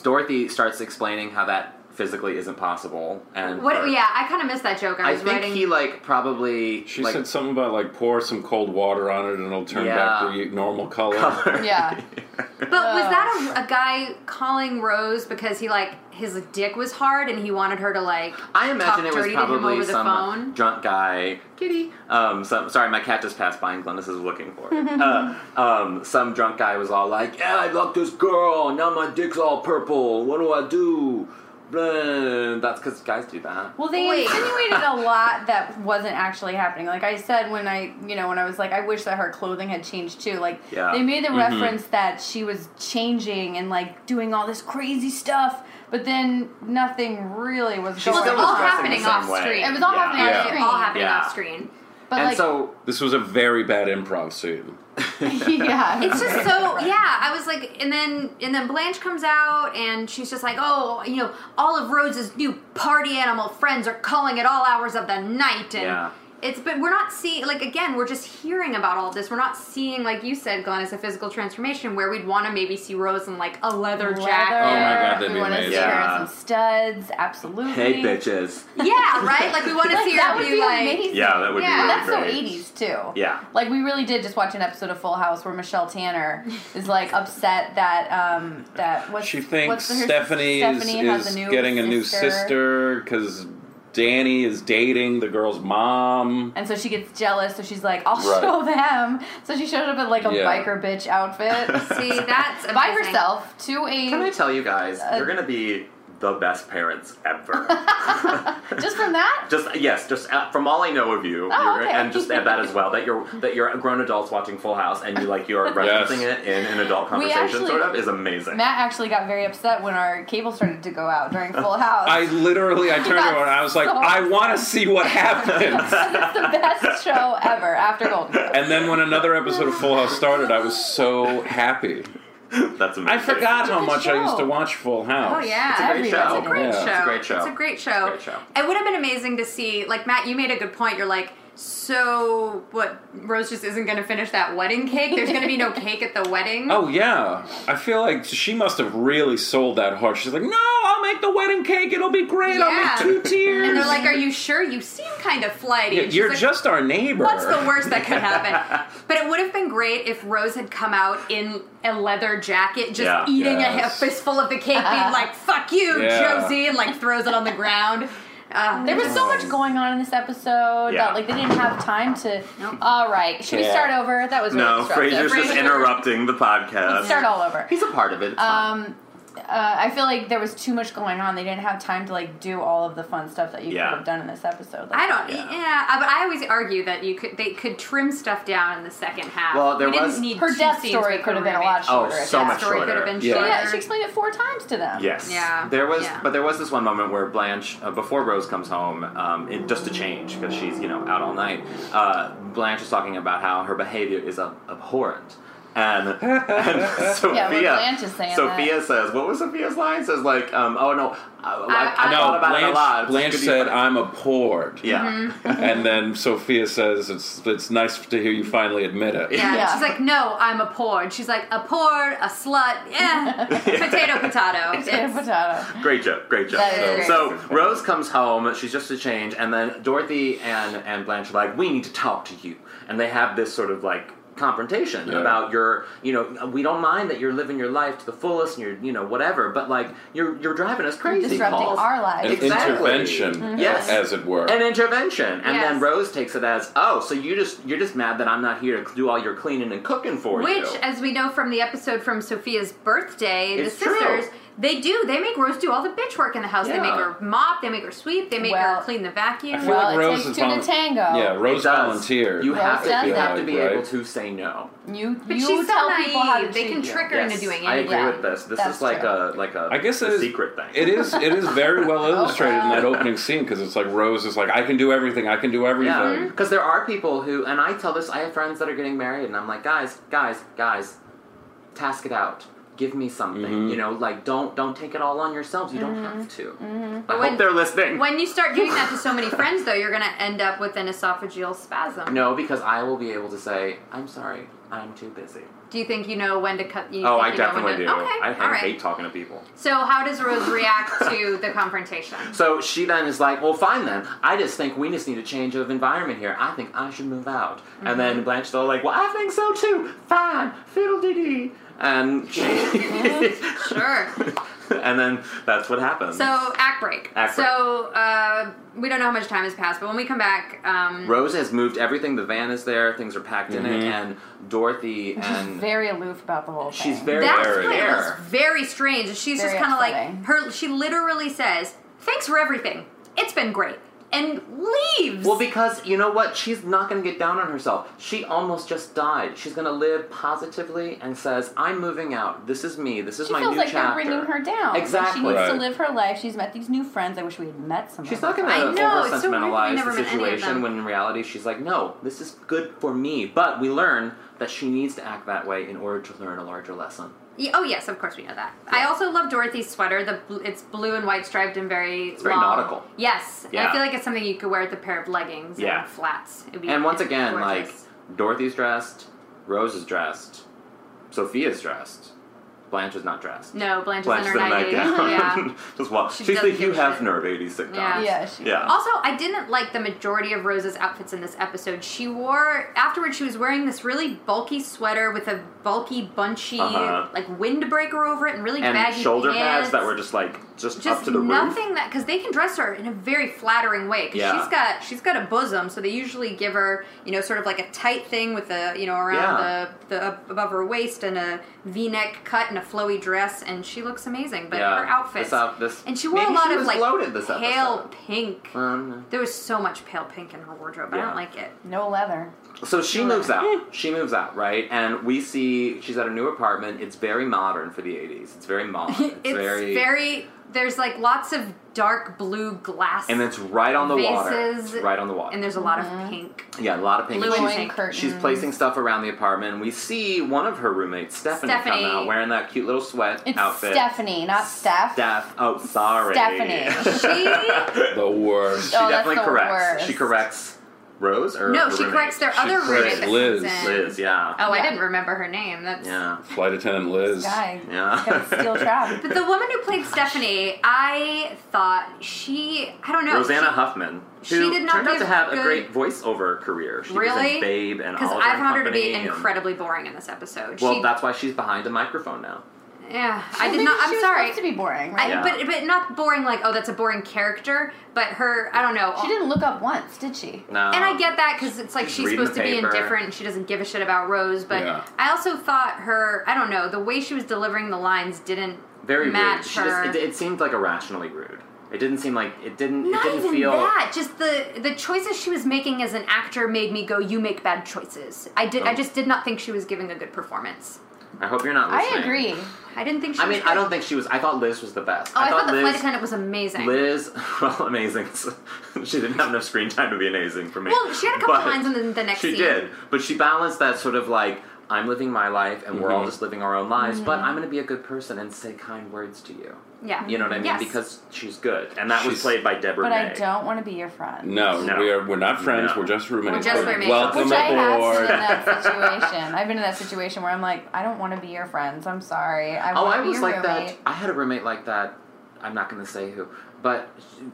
Dorothy starts explaining how that physically isn't possible. And What? Yeah, I kind of missed that joke. I I was think writing. he like probably She like, [laughs] said something about like pour some cold water on it and it'll turn Yeah. back to your normal color. [laughs] Yeah. but was that a, a guy calling Rose because he like his dick was hard and he wanted her to like? I imagine talk it was dirty to him probably over the some phone? drunk guy. Kitty. Um, some, sorry, my cat just passed by and Glennis is looking [laughs] for it. uh, um, some drunk guy was all like, "Yeah, I love this girl. Now my dick's all purple. What do I do?" "Bleh," that's because guys do that. Well, they Wait. insinuated a lot that wasn't actually happening. Like I said, when I, you know, when I was like, I wish that her clothing had changed too. Like Yeah. they made the Mhm. reference that she was changing and like doing all this crazy stuff, but then nothing really was She going Well, it's still on. was all dressing happening the same off way. screen. It was all Yeah. happening Yeah. off screen. All happening Yeah. off screen. But and like, so This was a very bad improv scene. [laughs] yeah, It's just so yeah. I was like, and then and then Blanche comes out and she's just like, oh, you know, Olive Rose's new party animal friends are calling at all hours of the night, and Yeah. it's but we're not seeing like again, we're just hearing about all this. We're not seeing like you said, Glenn, as a physical transformation where we'd want to maybe see Rose in like a leather, Oh my jacket. God, that'd we be wanna see amazing. her Yeah. in some studs, absolutely. hey, bitches. Yeah, right. Like we [laughs] want to see that her would be, be like. amazing. Yeah, that would Yeah. be really That's so great. 80s too. Yeah. Like we really did just watch an episode of Full House where Michelle Tanner is like upset that um that what's, She thinks what's the- her Stephanie, is- Stephanie is, has a new getting a new sister because Danny is dating the girl's mom. And so she gets jealous, so she's like, "I'll Right. show them." So she showed up in like a Yeah. biker bitch [laughs] outfit See, that's amazing. by herself to Can I a tell you guys, Uh, you're gonna be the best parents ever. [laughs] just from that. just yes, just uh, from all I know of you, Oh, you're, okay. and just add that as well that you're that you're grown adults watching Full House and you like you're [laughs] Yes. referencing it in an adult conversation actually- sort of is amazing. Matt actually got very upset when our cable started to go out during [laughs] Full House. I literally, I turned to her and I was like, So- I want to see what [laughs] happens. it's the best show ever after Golden Globes. and then when another episode of Full House started, I was so happy. That's amazing. I forgot how Good much I used to show. watch Full House. Oh yeah, It's a great Everybody's show. in it. Great show. Yeah. It's It's a great show. a great show. It's a great It would have been amazing to see, like Matt, you made a good point. You're like, so what? Rose just isn't going to finish that wedding cake. There's going to be no cake at the wedding. [laughs] Oh yeah, I feel like she must have really sold that hard. She's like, "No, I'll make the wedding cake. It'll be great. Yeah. I'll make two tiers." And they're like, are you sure? You seem kind of flighty. Yeah, And she's "You're like, just our neighbor." What's the worst that could happen? but it would have been great if Rose had come out in a leather jacket, just Yeah. eating a- a, Yes. fistful of the cake, being like, "Fuck you, Yeah. Josie," and like throws it on the ground. Uh, There was so much going on in this episode Yeah. that like they didn't have time to. Nope. All right, should we Yeah. start over? That was really no, disruptive. Frasier's just Frasier- interrupting the podcast. Let's start all over. He's a part of it. It's fine. Um, uh, I feel like there was too much going on. They didn't have time to like do all of the fun stuff that you Yeah. could have done in this episode. Like, I don't. Yeah, Yeah. I- but I always argue that you could they could trim stuff down in the second half. Well, there we didn't was- need Her two death scenes story with could have been a Karumi. lot Oh, shorter. so if Death much that- story could have shorter. been Yeah. shorter. Yeah, she explained it four times to them. [laughs] Yes. Yeah, There was, yeah. but there was this one moment where Blanche, uh, before Rose comes home, um, it, just to change because she's you know out all night. Uh, Blanche is talking about how her behavior is ab- abhorrent. And, and Sophia, Blanche is saying Sophia says, "What was Sophia's line?" Says like, um, "Oh no, I, I, I- I No, thought about Blanche, it a lot." It's Blanche good you- said, "I'm abhorred." "Yeah, [laughs] and then Sophia says, "It's it's nice to hear you finally admit it." Yeah, Yeah. she's like, no, I'm a porn. She's like, a porn, a slut, [laughs] eh, potato, potato. Potato, It's- potato. Great joke, great joke. That is so, great. so Rose comes home, she's just to change, and then Dorothy and, and Blanche are like, We need to talk to you. And they have this sort of like confrontation Yeah. about your you know we don't mind that you're living your life to the fullest and you're you know whatever but like you're you're driving us crazy disrupting Pauls. our lives. An Exactly. Mm-hmm. intervention, Yes. as it were. an intervention and Yes. then Rose takes it as oh so you just you're just mad that I'm not here to do all your cleaning and cooking for you Which, as we know from the episode from Sophia's birthday, It's the true. sisters, they do. They make Rose do all the bitch work in the house. They Yeah. make her mop, they make her sweep, they make Well, her clean the I vacuum. feel Well, like it Rose takes is two to volun- tango. Yeah, Rose It does. volunteered. you Rose have to does you that. have to be Right. able to say no You but you she's so tell naive. people how to they cheat can you. trick her into doing I anything. agree Yeah. with this. This That's is like true. a like a I guess a it is- secret thing. It is. It is [laughs] very well illustrated in that wow. opening scene because it's like Rose is like, "I can do everything. I can do everything." Yeah, because Mm-hmm. there are people who, and I tell this. I have friends that are getting married, and I'm like, guys, guys, guys, task it out. Give me something. You know, like don't don't take it all on yourselves. You don't have to. I Mm-hmm. when- hope they're listening. When you start doing that to so [laughs] many friends, though, you're going to end up with an esophageal spasm. no, because I will be able to say, I'm sorry, I'm too busy. Do you think you know when to cut? You oh, think I you know when definitely to- do. Okay, I all right. hate talking to people. So, how does Rose react to the [laughs] confrontation? So she then is like, well, fine then. I just think we just need a change of environment here. I think I should move out. And Mm-hmm. then Blanche's all like, well, I think so Mm-hmm. too. Fine. Fiddle dee dee. And she. Sure. [laughs] and then that's what happens. So act break. Act so uh, we don't know how much time has passed, but when we come back, um, Rose has moved everything. The van is there. Things are packed in it, Mhm. and Dorothy and Mm-hmm. Very aloof about the whole thing. she's very that's very what it was there. very strange. She's Very just kind of like upsetting. her. She literally says, "Thanks for everything. It's been great," and leaves. Well, because you know what? She's not going to get down on herself. She almost just died. She's going to live positively and says, "I'm moving out. This is me. This is she my feels new like chapter." they're bringing her down. Exactly. She needs to Right. live her life. She's met these new friends. I wish we had met some. She's of not them. going to I know, over it's so weird that we sentimentalize never the met any of them. situation when in reality she's like, "No, this is good for me." But we learn that she needs to act that way in order to learn a larger lesson. Ye- oh yes, of course we know that. I also love Dorothy's sweater. The bl- it's blue and white striped and very very long. nautical. Yes, And I Yeah. feel like it's something you could wear with a pair of leggings Yeah. and flats. It'd be And once again, gorgeous. like Dorothy's dressed, Rose is dressed, Sophia's dressed, Blanche is not dressed. no, Blanche is in Blanche her in a nightie. nightgown. [laughs] yeah. Just walk. She She's the doesn't give Hugh a shit. Hefner of '80s sitcom. Yeah. [laughs] Yeah, she- [laughs] Yeah. Also, I didn't like the majority of Rose's outfits in this episode. She wore afterwards. She was wearing this really bulky sweater with a bulky, bunchy, Uh-huh. like windbreaker over it, and really and baggy shoulder pants. pads that were just like just, just up to the nothing roof. that because they can dress her in a very flattering way. 'cause Yeah. she's got she's got a bosom, so they usually give her you know sort of like a tight thing with the you know around Yeah. the the up above her waist and a V neck cut and a flowy dress, and she looks amazing. But yeah. her outfits This out, this, and she wore maybe a lot she of was like loaded this pale episode. pink. Um, There was so much pale pink in her wardrobe. I Yeah. don't like it. no leather. So she Sure. moves out. She moves out, right? And we see she's at a new apartment. It's very modern for the 80s. It's very modern. It's, [laughs] It's very, there's like lots of dark blue glass And it's right on the water. It's vases right on the water. and there's a lot of pink. yeah, a lot of pink. blue She's- and Blowing pink. curtains. She's placing stuff around the apartment, and we see one of her roommates, Stephanie, Stephanie. come out wearing that cute little sweat It's outfit. Stephanie, not Steph. Steph. Oh, sorry. [laughs] Stephanie. She The worst. She Oh, that's definitely the corrects. worst. She corrects Rose or No, her she roommate? corrects their She other corrects roommate. that Liz. comes in. Liz, yeah. Oh, I Yeah. didn't remember her name. That's Yeah. Flight attendant Liz. Guy. Yeah. Got a steel [laughs] trap. But the woman who played Stephanie, I thought she, I don't know, Rosanna Huffman. Who she did not turned out give to have a good- great voiceover career. She was Really? in Babe and because Oliver I and found her to be Company and- incredibly boring in this episode. well, she, that's why she's behind a microphone now. yeah, I did Maybe not. she I'm was sorry, Supposed to be boring, I, right? Yeah. but but not boring like oh that's a boring character, but her I don't know. She didn't look up once, did she? No. And I get that because it's like Uh, She's she's reading the supposed to be paper. indifferent and she doesn't give a shit about Rose. But Yeah. I also thought her, I don't know, the way she was delivering the lines didn't very rude. match She her. just, it, it seemed like irrationally rude. It didn't seem like it didn't. Not it didn't even feel. that. Just the the choices she was making as an actor made me go, "You make bad choices." I did. I Oh. just did not think she was giving a good performance. I hope you're not I listening. agree. I didn't think. she I was mean, good. I don't think she was. I thought Liz was the best. Oh, I, thought, the Liz, flight attendant was amazing. Liz, [laughs] well, amazing. [laughs] she didn't have enough screen time to be amazing for me. Well, she had a couple But lines in the, the next She scene. did, but she balanced that sort of like I'm living my life and we're all Mhm. just living our own lives, but Mm-hmm. I'm going to be a good person and say kind words to you. Yeah. You know what I mean? Yes. Because she's good, and that was She's- played by Deborah. But I May. don't want to be your friend. No, No. we are. We're not friends. No. We're just roommates. We're just But roommates. Welcome Which I have been in aboard. that situation. I've been in that situation where I'm like, I don't want to be your friends. I'm sorry. I Oh, want I to be was your like roommate. that. I had a roommate like that. I'm not going to say who, but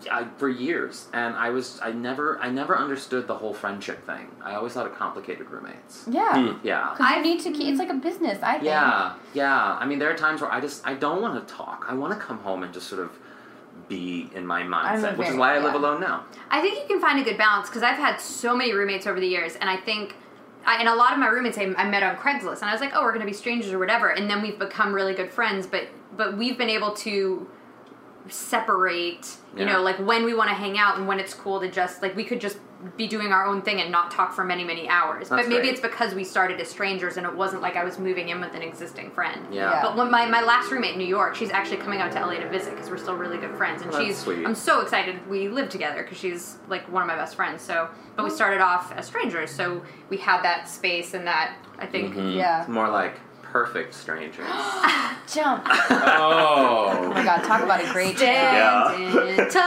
I, for years, and I was I never I never understood the whole friendship thing. I always thought it complicated roommates. Yeah. Hmm. Yeah. Because I need to keep. It's like a business. I think. Yeah, yeah. I mean, there are times where I just I don't want to talk. I want to come home and just sort of be in my I'm a mindset, which is very- why I live yeah. alone now. I think you can find a good balance because I've had so many roommates over the years, and I think. I, and a lot of my roommates I, I met on Craigslist, and I was like, "Oh, we're going to be strangers or whatever," and then we've become really good friends. But but we've been able to separate, you Yeah. know, like when we want to hang out and when it's cool to just like we could just be doing our own thing and not talk for many many hours. That's but maybe great. it's because we started as strangers, and it wasn't like I was moving in with an existing friend. Yeah. Yeah. But when my, my last roommate in New York, she's actually coming out to LA to visit because we're still really good friends, and Well, that's she's sweet. I'm so excited we live together because she's like one of my best friends. So, but we started off as strangers, so we had that space and that I think. It's Yeah. more like perfect [gasps] strangers. Jump. Oh my Oh, god. Talk about a great Stand day. Yeah. [laughs] in tall.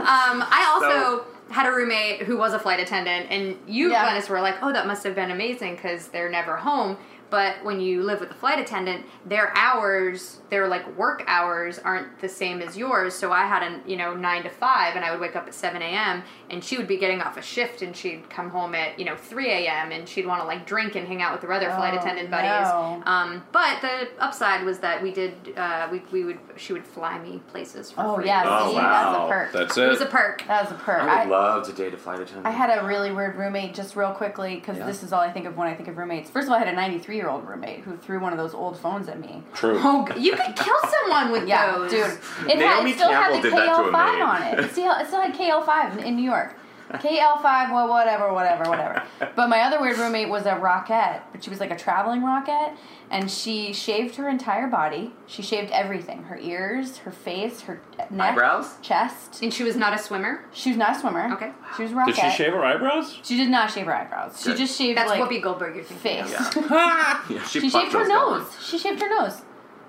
um, I also had a roommate who was a flight attendant, and you Yeah. Glennis were like, "Oh, that must have been amazing because they're never home." But when you live with a flight attendant, their hours, their like work hours, aren't the same as yours. So I had a you know nine to five, and I would wake up at seven a.m. and she would be getting off a shift, and she'd come home at you know three a.m. and she'd want to like drink and hang out with her other flight Oh, attendant buddies. no. Um, but the upside was that we did uh, we we would she would fly me places. For Oh free. yeah, Oh, see, wow. that's a perk. That's it it. was a perk. That was a perk. I would I, love to date a flight attendant. I had a really weird roommate, just real quickly, because Yeah. this is all I think of when I think of roommates. First of all, I had a 93 year old roommate who threw one of those old phones at me. True. Oh, g- You could kill someone with yeah, those. dude. It, had, Naomi it still Campbell had the did that to a KL5 on maid. it. It still, it still had KL5 in, in New York. KL5, well, whatever, whatever, whatever. But my other weird roommate was a rockette, but she was like a traveling rockette, and she shaved her entire body. She shaved everything her ears, her face, her neck, Eyebrows? chest. And she was not a swimmer. She was not a swimmer. Okay. She was a rockette. Did she shave her eyebrows? She did not shave her eyebrows. Good. She just shaved That's like Whoopi Goldberg. You're thinking. face. of. Yeah. Yeah, she she fucked shaved her herself. nose. She shaved her nose.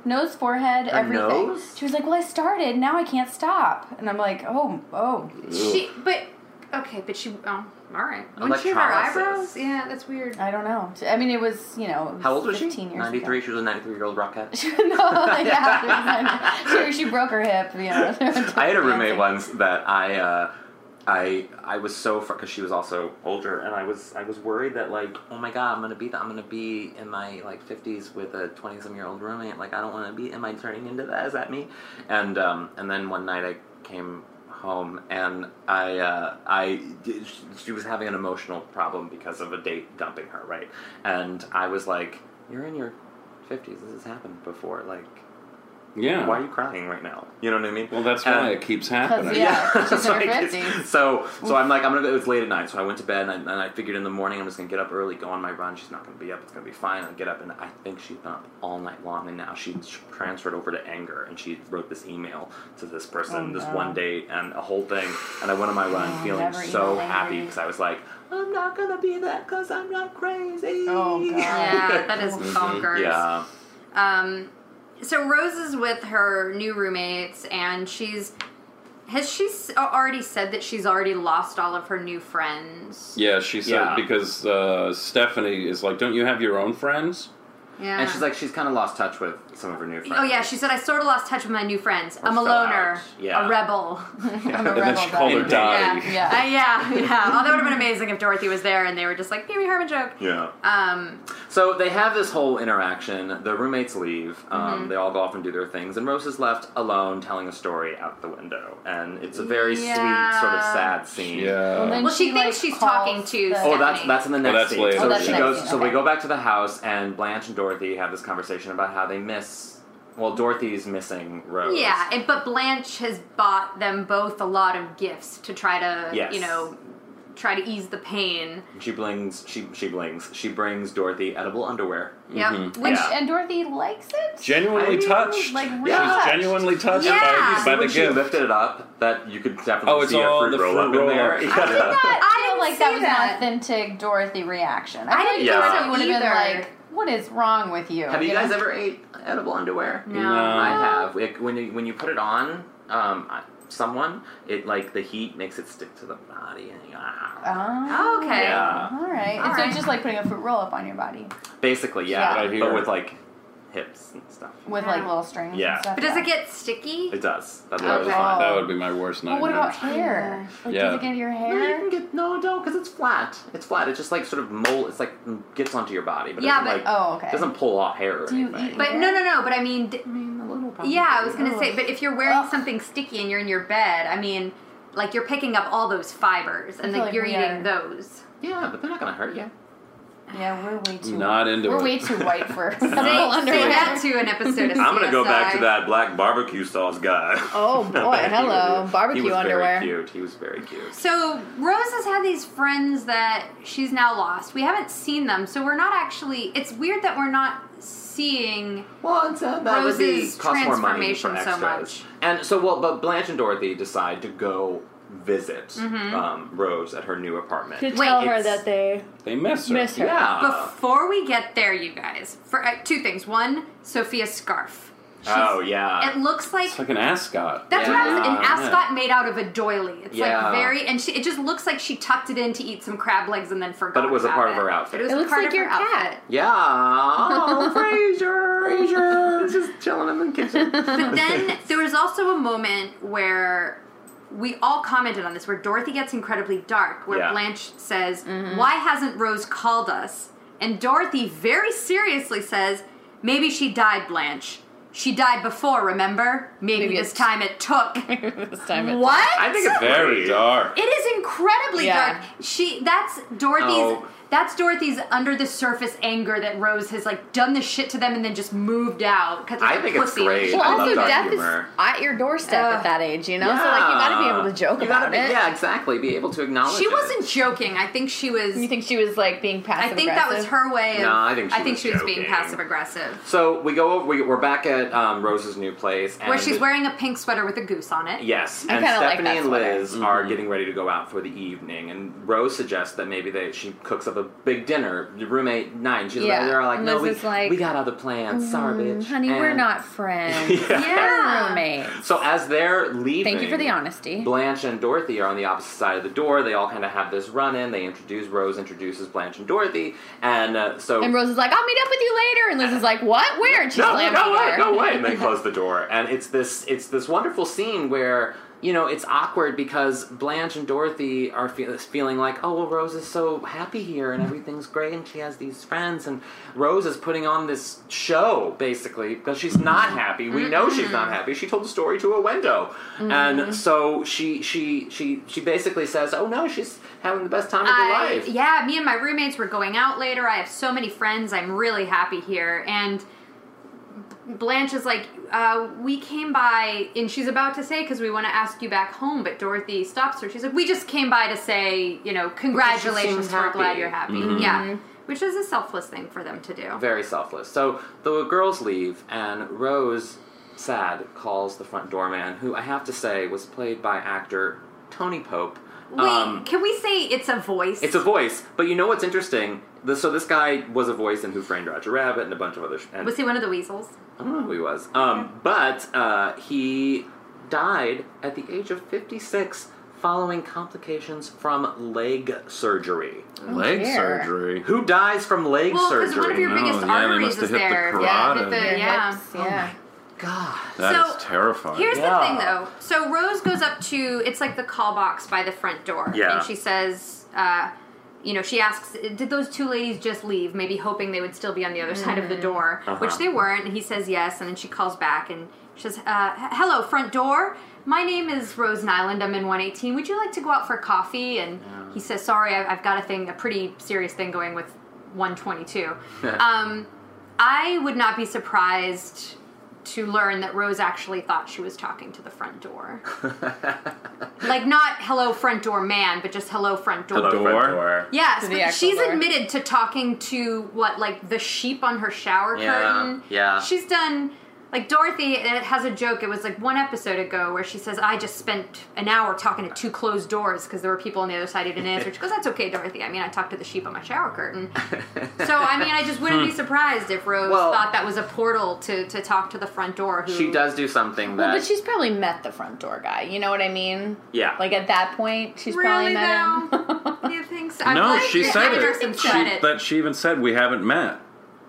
Nose, forehead, Her everything. nose? She was like, "Well, I started. Now I can't stop." And I'm like, "Oh, oh." She, but okay, but she. Oh, all right. Wouldn't she have her eyebrows? Electrolysis. Yeah, that's weird. I don't know. I mean, it was you know. it was How old was 15 she? Years 93. Ago. She was a 93 year old rockette. [laughs] no, [laughs] yeah, she, was- she, she broke her hip. You know. [laughs] I had a roommate once that I, uh, I, I was so because she was also older, and I was, I was worried that like, oh my god, I'm gonna be, the, I'm gonna be in my like 50s with a 20 some year old roommate. Like, I don't want to be. Am I turning into that? Is that me? And um, and then one night I came home and I, uh, I, she was having an emotional problem because of a date dumping her, right? And I was like, you're in your 50s. This has happened before. Like, Yeah. why are you crying right now? You know what I mean? Well, that's And- why it keeps 'Cause, happening. yeah. [laughs] she's It's in her like, it's- 50s. so so I'm like I'm gonna go. It was late at night, so I went to bed and I, and I figured in the morning I'm just gonna get up early, go on my run. She's not gonna be up. It's gonna be fine. I'll get up and I think she's been up all night long, and now she's transferred over to anger and she wrote this email to this person, Oh, this no. one date and a whole thing. And I went on my run Oh, feeling never so email happy angry. because I was like, I'm not gonna be that because I'm not crazy. Oh, God. Yeah, that [laughs] is bonkers. Mhm. Yeah. Um, so Rose is with her new roommates, and she's has she s- already said that she's already lost all of her new friends? Yeah, she said Yeah. because uh, Stephanie is like, don't you have your own friends? Yeah. And she's like, she's kind of lost touch with some of her new friends. Oh yeah, she said I sort of lost touch with my new friends. I'm a fell out. loner, Yeah. a rebel. [laughs] I'm a and then rebel, she called her dog. Dottie. Yeah, Uh, Yeah. yeah, [laughs] yeah. Oh, that would have been amazing if Dorothy was there and they were just like, "Give me Herman joke." Yeah. Um, So they have this whole interaction. The roommates leave. Um, They all go off and do their things, and Rose is left alone telling a story out the window. And it's a very sweet, sort of Yeah. sad scene. Yeah. then Well, she thinks like, she's calls talking to the- Oh, that's Stephanie. that's in the next that's scene. later. So Oh, that's she next goes. scene, So we okay. go back to the house, and Blanche and Dorothy have this conversation about how they miss. Well, Dorothy's missing Rose. Yeah, and, but Blanche has bought them both a lot of gifts to try to, Yes. you know, try to ease the pain. She blings. She she blings. She brings Dorothy edible underwear. Yep. Mhm. Which, Yeah. And Dorothy likes it. Genuinely I- touched. like, really She's touched. genuinely touched Yeah. by, But by when the she gift. lifted it up, that you could definitely Oh, it's see all a fruit the roll fruit up in there. [laughs] roll-up. Yeah. I did not I feel didn't like that see was that. an authentic Dorothy reaction. I I didn't think Yeah. think Dorothy so would have been either. like, "What is wrong with you?" Have you know? guys ever ate edible underwear? no. No. I have. It, when you when you put it on, um, I- someone, it like the heat makes it stick to the body. And, ah. Oh, Okay. Yeah. All right. All And so right. it's just like putting a fruit roll up on your body Basically, Yeah. yeah, Right here. but with like hips and stuff. with Yeah. like little strings. Yeah. And stuff. But does yeah. it get sticky? It does. That That, was was, Okay. fun. that would be my worst Well, nightmare. what about hair? Like, Yeah. Does it get your No, you can hair? get no, no, because it's flat. It's flat. It just like sort of mold. It's like gets onto your body, but it Yeah, doesn't, but- like, Oh, okay. doesn't pull off hair or Do you anything. eat- But no, no, no. But I mean, d- I mean, a little problem. yeah, I was gonna Oh. say, but if you're wearing Ugh. something sticky and you're in your bed, I mean, like you're picking up all those fibers and I feel like, like you're we eating are- those. Yeah, but they're not gonna hurt you. Yeah, we're way too. Not into we're it. way too white [laughs] for edible Say, say underwear. that to an episode of [laughs] I'm gonna go back CSI. to that black barbecue sauce guy. Oh, [laughs] boy, He hello. was- Barbecue he was underwear. Very cute. He was very cute. So Rose has had these friends that she's now lost. We haven't seen them, so we're not actually. It's weird that we're not seeing. Well, it's, uh, that would be Rose's cost more money for transformation so extras. much. And so, well, but Blanche and Dorothy decide to go visit Mm-hmm. um, Rose at her new apartment. to Wait, tell her it's- that they They miss her. miss her. yeah. uh, Before we get there, you guys, for uh, two things. One, Sophia's scarf. She's- Oh yeah. It looks like It's like an ascot. that's what I was, an Yeah. ascot made out of a doily. It's Yeah. like very, and she, it just looks like she tucked it in to eat some crab legs and then forgot. But it was a about part of her outfit. It, was It a looks part like of your her cat. outfit. yeah. [laughs] Oh, Frasier. Frasier. [laughs] Just chilling in the [laughs] kitchen. But then there was also a moment where we all commented on this, where Dorothy gets incredibly dark, where Yeah. Blanche says, Mm-hmm. Why hasn't Rose called us? And Dorothy very seriously says, Maybe she died, Blanche. She died before, remember? Maybe, Maybe this it's- time it [laughs] took. [laughs] this time it what? I think it's Very dark. It is incredibly Yeah. dark. She that's Dorothy's Oh. that's Dorothy's under the surface anger that Rose has like done this shit to them and then just moved out. 'cause I a think it's pussy. great. Well, I love also dark death humor. is at your doorstep Ugh. at that age, you know. So like, you gotta be able to joke You gotta about be- it. Yeah, exactly. Be able to acknowledge. She it. wasn't joking. I think she was. You think she was like being passive? I think that was her way of. No, I think she was being joking. passive aggressive, So we go. We, we're back at um, Rose's new place, and where she's wearing a pink sweater with a goose on it. Yes, I and kinda like Stephanie that and sweater. Liz are getting ready to go out for the evening, and Rose suggests that maybe they she cooks up a big dinner. Your roommate nine, she's Yeah, like, they're like, no, Liz we, is like, Mm-hmm, we got other plans. Sorry, bitch, Honey, we're And- not friends. [laughs] Yeah. We're roommates. So as they're leaving, Thank you for the honesty. Blanche and Dorothy are on the opposite side of the door. They all kind of have this run in. They introduce Rose introduces Blanche and Dorothy, and uh, so And Rose is like, "I'll meet up with you later," and Liz is like, "What? Where?" And she no, slams no the way, door. no way. And they close the door, and it's this it's this wonderful scene where you know it's awkward because Blanche and Dorothy are feel, feeling like, oh well, Rose is so happy here and everything's great, and she has these friends, and Rose is putting on this show basically because she's not happy. We know she's not happy. She told the story to a window, and so she she she she basically says, oh no, she's having the best time of her I, life. yeah, me and my roommates were going out later. I have so many friends. I'm really happy here. And Blanche is like, uh, we came by, and she's about to say, because we want to ask you back home, but Dorothy stops her. She's like, we just came by to say, you know, congratulations, seems we're glad happy. you're happy. Yeah. Which is a selfless thing for them to do. very selfless. So the girls leave, and Rose, sad, calls the front doorman, who I have to say was played by actor Tony Pope. Wait, can we say it's a voice? um, it's a voice, but you know what's interesting? The, so this guy was a voice in Who Framed Roger Rabbit and a bunch of other. Sh- and Was he one of the weasels? I don't know who he was. Um, but uh, he died at the age of fifty-six following complications from leg surgery. Leg dear. surgery. Who dies from leg Well, surgery? because one of your No, biggest yeah, they arteries must have is hit the there. Yeah, hit the- carotid. yeah. Hips, yeah. God. That is So, terrifying. Here's Yeah. the thing, though. So Rose goes up to it's like the call box by the front door, Yeah. and she says, uh, you know, she asks, "Did those two ladies just leave?" Maybe hoping they would still be on the other side of the door, which Uh-huh. they weren't. And he says yes, and then she calls back and she says, uh, "H- "Hello, front door." My name is Rose Nyland. I'm in 118. Would you like to go out for coffee? And he says, "Sorry, I- I've got a thing, a pretty serious thing going with [laughs] 122." um, I would not be surprised to learn that Rose actually thought she was talking to the front door. like not hello front door man, but just hello front door. Hello. front Door. Yes, To the but actual she's door. admitted to talking to what like the sheep on her shower Yeah, curtain. yeah. She's done like Dorothy it has a joke. It was like one episode ago where she says, "I just spent an hour talking to two closed doors because there were people on the other side who didn't answer." She goes, "That's okay, Dorothy. I mean, I talked to the sheep on my shower curtain." so I mean, I just wouldn't be surprised if Rose Well- thought that was a portal to to talk to the front door. Who She does do something that. Well, but she's probably met the front door guy. You know what I mean? Yeah. Like at that point, she's really probably met though? him. you think so? no, she the said it. Anderson She, said it. That she even said we haven't met.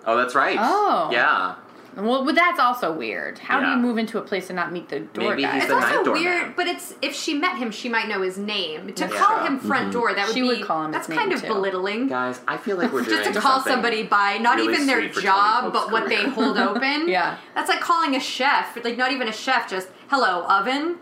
Oh, that's right. Oh. Yeah. [laughs] well, but that's also weird. How do Yeah. you move into a place and not meet the door Maybe guy? he's [laughs] It's the also night doorman. weird, but it's if she met him, she might know his name. To That's call true. Mm-hmm. him front door, that would She be would call him his that's kind name, of too. belittling. Guys, I feel like we're doing Just to call something somebody by not really even their sweet for job, Tony but Pope's what they [laughs] career. hold open. Yeah. that's like calling a chef. Like not even a chef, just hello oven.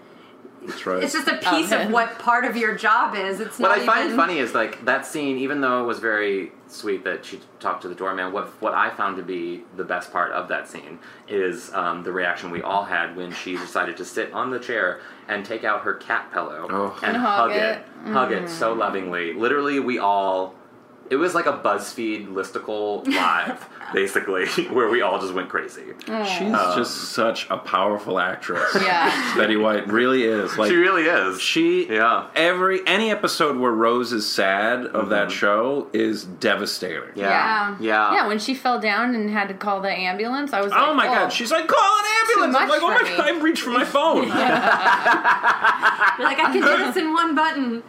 That's right. It's just a piece of Oven. what part of your job is. It's What not I find even, funny is like that scene. Even though it was very sweet that she talked to the doorman, what what I found to be the best part of that scene is um, the reaction we all had when [laughs] she decided to sit on the chair and take out her cat pillow Oh. and, And hug hug it, Mm-hmm. it. hug it so lovingly. Literally, we all It was like a BuzzFeed [laughs] listicle live, basically, [laughs] where we all just went crazy. Mm. She's Oh. just such a powerful actress. Yeah. Betty White really is. Like she really is. She Yeah. Every any episode where Rose is sad of that show is devastating. Mm-hmm. yeah. Yeah. Yeah. Yeah, when she fell down and had to call the ambulance, I was like, Oh my god, she's like, call an ambulance. I'm much like, oh my for god, I reached for my phone. You're like, I can do this in one button.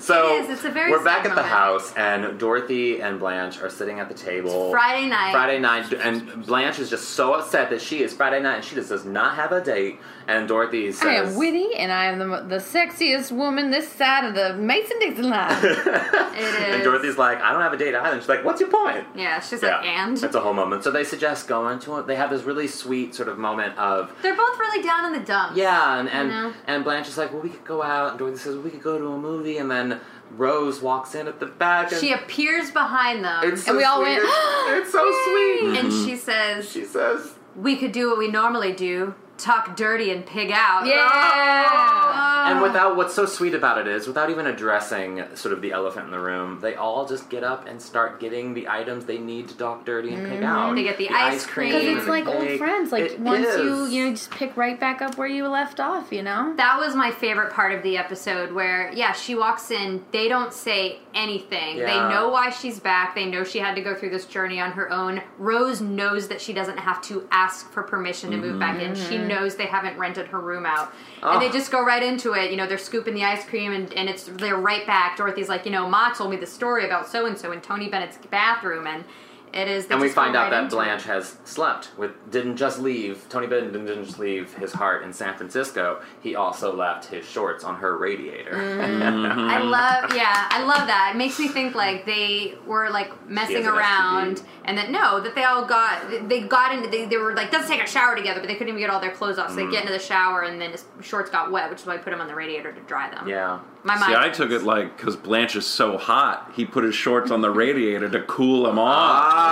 So It is. It's a very we're back sad at the moment. house, and Dorothy and Blanche are sitting at the table. Friday night. Friday night, and Blanche is just so upset that she is Friday night, and she just does not have a date. And Dorothy says, I am [laughs] witty and I am the, mo- the sexiest woman this side of the Mason Dixon [laughs] line. It is. and Dorothy's like, I don't have a date either. And she's like, What's your point? Yeah, she's like, Yeah. and? it's a whole moment. So they suggest going to. A, they have this really sweet sort of moment of They're both really down in the dumps. yeah, and and, know? and Blanche is like, well, we could go out. And Dorothy says, we could go to a movie. And then Rose walks in at the back. And She appears behind them, it's so Mm-hmm. and we all sweet. [gasps] went, It's, it's so and sweet. she says, She says, "We could do what we normally do: talk dirty and pig out." yeah. Uh, And without what's so sweet about it is, without even addressing sort of the elephant in the room, they all just get up and start getting the items they need to dock dirty and pick out. Mm-hmm. They get the ice cream. Because it's like old cake. friends. Like It once you is. you know just pick right back up where you left off. You know. that was my favorite part of the episode where yeah she walks in they don't say anything Yeah. they know why she's back they know she had to go through this journey on her own rose knows that she doesn't have to ask for permission to move back in she knows they haven't rented her room out and they Ugh. just go right into it you know they're scooping the ice cream and, and it's they're right back dorothy's like you know ma told me the story about so and so in tony bennett's bathroom and it is they and we just go find out right that into it. Blanche has slept with didn't just leave Tony Bennett didn't just leave his heart in San Francisco. He also left his shorts on her radiator. Mm. I [laughs] love, yeah, I love that. It makes me think like they were like messing has an around, STD. and that no, that they all got they got into they, they were like let's take a shower together, but they couldn't even get all their clothes off, so Mm. they get into the shower and then his shorts got wet, which is why I put them on the radiator to dry them. [laughs] yeah. my mind. See, I took it like because Blanche is so hot, he put his shorts on the radiator to cool him off.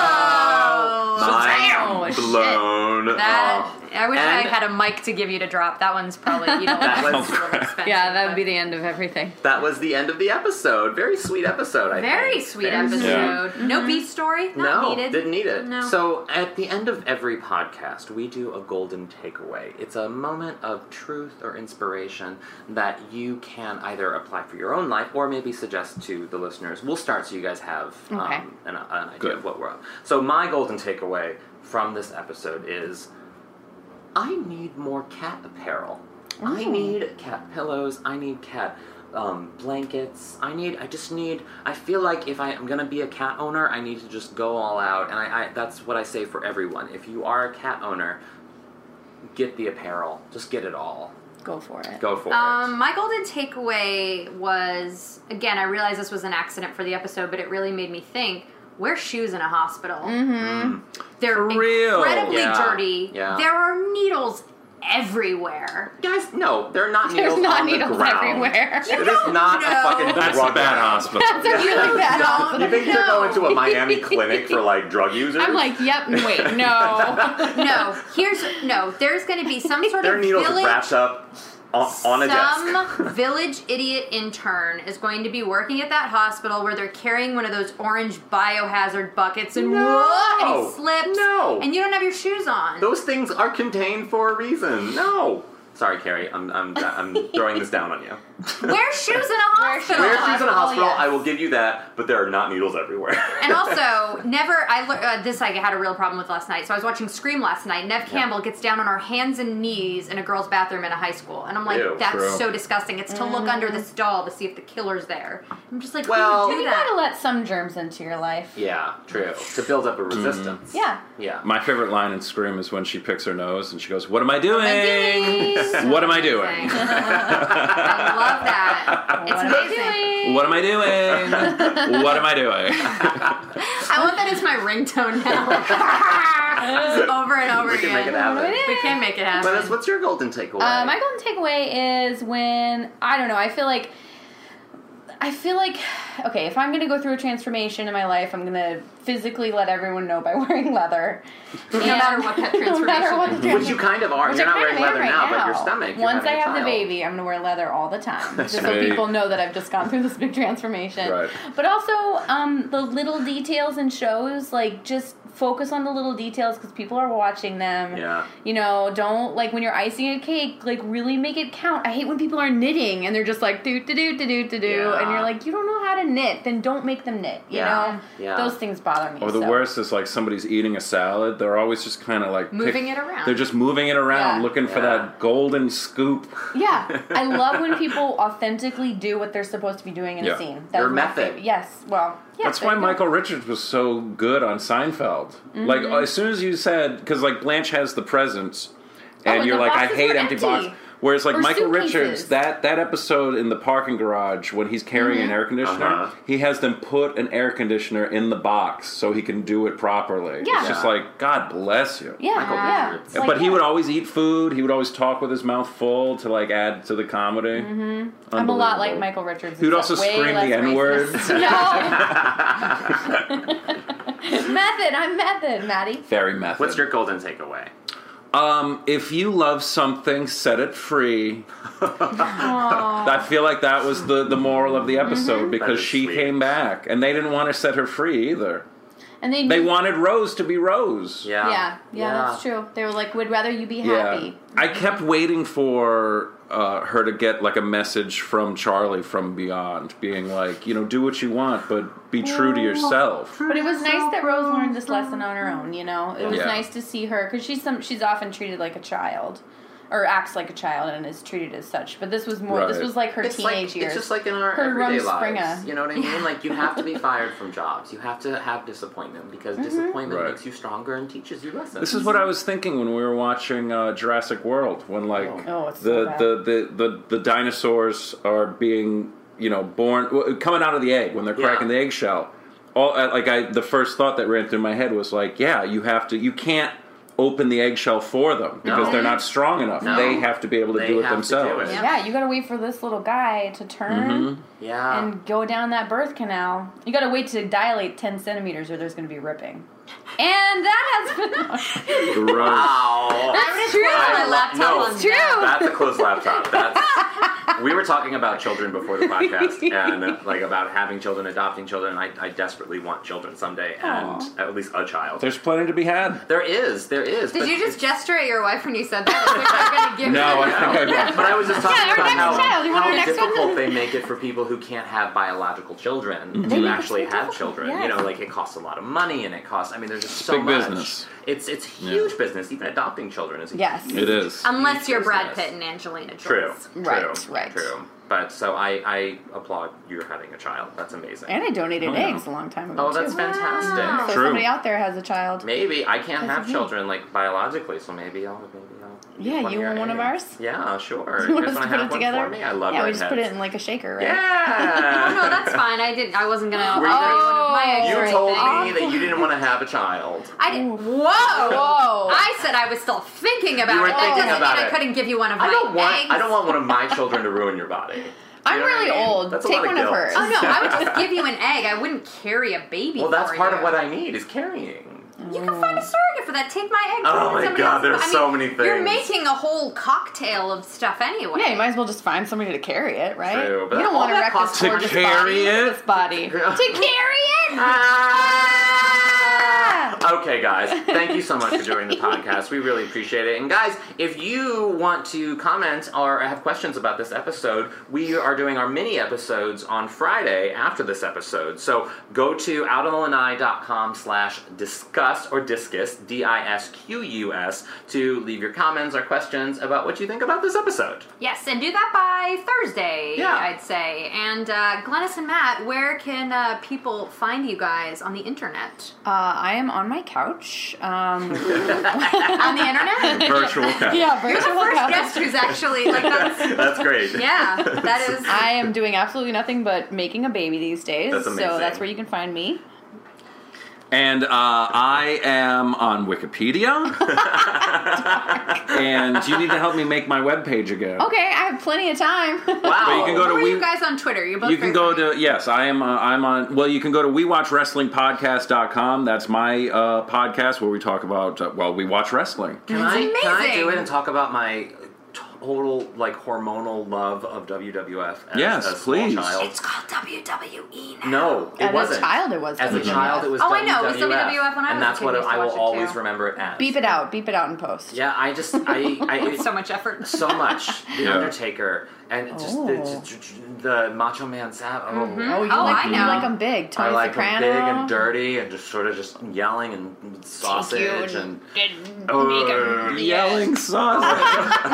Oh, Damn, Mind shit. blown. Ah. "Oh, that. Oh. I wish And- I had a mic to give you to drop. That one's probably you don't [laughs] That like was- it's a little expensive, Yeah, that would be but- the end of everything. That was the end of the episode. Very sweet episode. I very think. sweet Very episode. No beef story, not no, needed. didn't need it. No. So at the end of every podcast, we do a golden takeaway. It's a moment of truth or inspiration that you can either apply for your own life or maybe suggest to the listeners. We'll start so you guys have um, Okay. an, an idea Good. of what we're up. So my golden takeaway from this episode is. I need more cat apparel. I Mm. need cat pillows. I need cat um, blankets. I need. I just need. I feel like if I am gonna be a cat owner, I need to just go all out. And I, I that's what I say for everyone. If you are a cat owner, get the apparel. Just get it all. Go for it. Go for Um, my golden takeaway was again, I realized this was an accident for the episode, but it really made me think. Wear shoes in a hospital. They're Mm-hmm. For real. incredibly Yeah. dirty. Yeah. There are needles everywhere. it, guys. No, they're not There's needles not on needles the ground. everywhere. [laughs] It is not know. a fucking That's a drug bad lab. hospital. You're like that. Don't You think they're know. going to a Miami clinic for like drug users? [laughs] I'm like, yep. [laughs] Wait, no. no. Here's no. There's going to be some sort Their of needles village wrapped up on, on a desk. some village idiot intern is going to be working at that hospital where they're carrying one of those orange biohazard buckets and No. whoa, and he slips. No. and you don't have your shoes on. Those things are contained for a reason. No. Sorry, Carrie. I'm I'm I'm throwing this down on [laughs] you. Wear shoes in a Wear shoes. hospital. Where she's in a hospital, hospital, yes. I will give you that, but there are not needles everywhere. And also, never. I lear- uh, this I had a real problem with last night. So I was watching Scream last night. Nev Campbell gets down on her hands and knees in a girl's bathroom in a high school, and I'm like, Ew, that's true. so disgusting. It's to look under this doll to see if the killer's there. I'm just like, who Well- would do You that? gotta let some germs into your life. [laughs] yeah, true. To build up a resistance. Yeah. Yeah. My favorite line in Scream is when she picks her nose and she goes, "What am I doing? doing? [laughs] What am I Amazing. doing? [laughs] I love [laughs] that. It's What am amazing. I doing? What am I [laughs] doing? What am I doing?" I want that as [laughs] my [laughs] ringtone now. Just over and over we again. can make it happen. We can make it happen. But it's- what's Um, your golden takeaway? Uh, my golden takeaway is when I don't know. I feel like I feel like, [sighs] okay, if I'm going to go through a transformation in my life, I'm going to physically let everyone know by [laughs] wearing leather. No matter what that [laughs] No matter what the transformation is. Which you kind of are. Which You're I not kind wearing of am leather right now, but your stomach. you're Once I having a have the child. baby, I'm gonna wear leather all [laughs] the time, just so right. people know that I've just gone through this big transformation. Right. But also, um, the little details in shows, like just focus on the little details because people are watching them. Yeah. You know, don't like when you're icing a cake, like really make it count. I hate when people are knitting and they're just like do do do do do do do, and Yeah. you're like, you don't know how to knit, then don't make them knit. You Yeah. know, Yeah. those things bother me. Or the so. worst is like somebody's eating a salad. They're always just kind of like Moving it around. They're just moving it around, Yeah. looking for Yeah. that golden scoop. Yeah, [laughs] I love when people authentically do what they're supposed to be doing in Yeah. a scene. Your was my method. favorite. Yes. Well. Yeah, That's there why you go. Michael Richards was so good on Seinfeld. Like Mm-hmm. as soon as you said, because like Blanche has the presents, and Oh, and you're the like, I boxes hate were empty, empty. boxes. Whereas like Or Michael suitcases. Richards, that that episode in the parking garage when he's carrying Mm-hmm. an air conditioner, Uh-huh. he has them put an air conditioner in the box so he can do it properly. Yeah. It's just Yeah. like God bless you. Yeah. Michael yeah. Richards. It's like, but he yeah, would always eat food. He would always talk with his mouth full to like add to the comedy. Mm-hmm. I'm a lot like Michael Richards. He would except also way scream less the N-word. racist. [laughs] no. [laughs] method. I'm method, [laughs] Maddie. Very method. What's your golden takeaway? Um, if you love something, set it free. I feel like that was the, the moral of the episode because Mm-hmm. is she sweet. came back and they didn't want to set her free either. And they. They knew- wanted Rose to be Rose. Yeah. Yeah. Yeah, That's true. They were like, "Would rather you be happy." I kept waiting for uh, her to get like a message from Charlie from Beyond, being like, you know, do what you want, but be true to yourself. But it was nice that Rose learned this lesson on her own. You know, it was Yeah. nice to see her because she's some she's often treated like a child, or acts like a child and is treated as such. But this was more. This Right. was like her It's like teenage years. it's just like in our Her everyday rum lives. springer. You know what I mean? Like you have to [laughs] be fired from jobs. You have to have disappointment because Mm-hmm. disappointment Right. makes you stronger and teaches you lessons. This is what I was thinking when we were watching uh, Jurassic World, when like Oh, it's so the, bad. the, the the the dinosaurs are being you know born w- coming out of the egg when they're Yeah. cracking the eggshell. All uh, like I the first thought that ran through my head was like, yeah, you have to, you can't open the eggshell for them because No. they're not strong enough. No. They have to be able to They do it have to do themselves. it. yeah, you gotta wait for this little guy to turn Mm-hmm. yeah. and go down that birth canal. You gotta wait to dilate ten centimeters, or there's gonna be ripping. And that has been. [laughs] [laughs] Gross. Ah. Wow. That's true. My lo- laptop no. on It's true. That's a closed laptop. [laughs] That's, we were talking about children before the podcast and uh, like about having children, adopting children. I, I desperately want children someday and Aw. at least a child. There's plenty to be [laughs] had. There is, there is. Did but- you just gesture at your wife when you said that? Like, I'm gonna give [laughs] [laughs] No, her- I think I But I was just talking Yeah, our about next how, child. You want how our next one? difficult they make it for people who can't have biological children to They make it actually so have difficult, children. yes. You know, like it costs a lot of money and it costs. I mean, there's just so big much. business. It's it's huge business. Even adopting children is a Yes. huge It is. Unless you're Jesus. Brad Pitt and Angelina True. Jolie. True. Right, right. True. But so I, I applaud you having a child. That's amazing. and I donated Oh, yeah. eggs a long time ago. oh, that's too. fantastic. Wow. So True. somebody out there has a child. [laughs] Maybe I can't That's have okay. children like biologically, so maybe I'll maybe I'll. Yeah, use you your want one of eggs. ours? Yeah, sure. [laughs] You want guys us to wanna put have it one together? For me? I love Yeah, we just put it redheads. in like a shaker, right? Yeah. Oh [laughs] no, that's fine. I didn't. I wasn't gonna. Were you- Oh, You You Sorry, told thank me that you didn't want to have a child. I didn't. Whoa! [laughs] Whoa. I said I was still thinking about You were it. That thinking doesn't about mean I it. couldn't give you one of my I don't want. eggs. I don't want one of my children to ruin your body. I'm You know what I really mean? old. That's a Take lot one of of guilt. hers. Oh no! I [laughs] would just give you an egg. I wouldn't carry a baby. Well, that's for part you. of what I need is carrying. You can find a surrogate for that. Take my egg. Oh put it in my somebody God, else's- there's I mean, so many You're things. making a whole cocktail of stuff anyway. Yeah, you might as well just find somebody to carry it, right? True, but you don't all want to that wreck costs this to gorgeous carry body. it. This body. Yeah. To [laughs] carry it. Ah! Ah! Okay, guys, thank you so much for joining the podcast. We really appreciate it. And, guys, if you want to comment or have questions about this episode, we are doing our mini episodes on Friday after this episode. So go to outonillinois.com slash discuss or discus, D I S Q U S, to leave your comments or questions about what you think about this episode. Yes, and do that by Thursday, Yeah. I'd say. And uh, Glennis and Matt, where can uh, people find you guys on the internet? Uh, I am on my couch. [laughs] Um, on the [laughs] internet? Virtual cat. yeah, You're the virtual first [laughs] couch. guest who's actually like that's That's great. yeah. That is I am doing absolutely nothing but making a baby these days. That's so amazing. that's where you can find me. And uh, I am on Wikipedia. and you need to help me make my webpage again. Okay, I have plenty of time. [laughs] Wow. you can go to Who are we- you guys on Twitter? You're both You very can go funny. to yes, I am. Uh, I'm on. Well, you can go to WeWatchWrestlingPodcast.com. That's my uh, podcast where we talk about uh, well, we watch wrestling. Can That's I, Can I amazing. do it and talk about my total like hormonal love of WWF? As, Yes, a small please. It's Child? called WWE now. No, it As wasn't. a child, it was. As a Mm-hmm. WWF. child, it was. Oh, WWF, I know, it was WWF when I and was a that's kid, what I used to I will watch it, always too. remember it as. Beep it out. Beep it out in post. Yeah, I [laughs] just I I It's so much effort. so much. The Yeah. Undertaker and just the, Oh. just- the Macho Man Sav. Oh, Oh, you Oh, I like you know. like 'em big. Tony I like Soprano. him big and dirty and just sort of just yelling and sausage and, Megan. Yelling sausage. [laughs]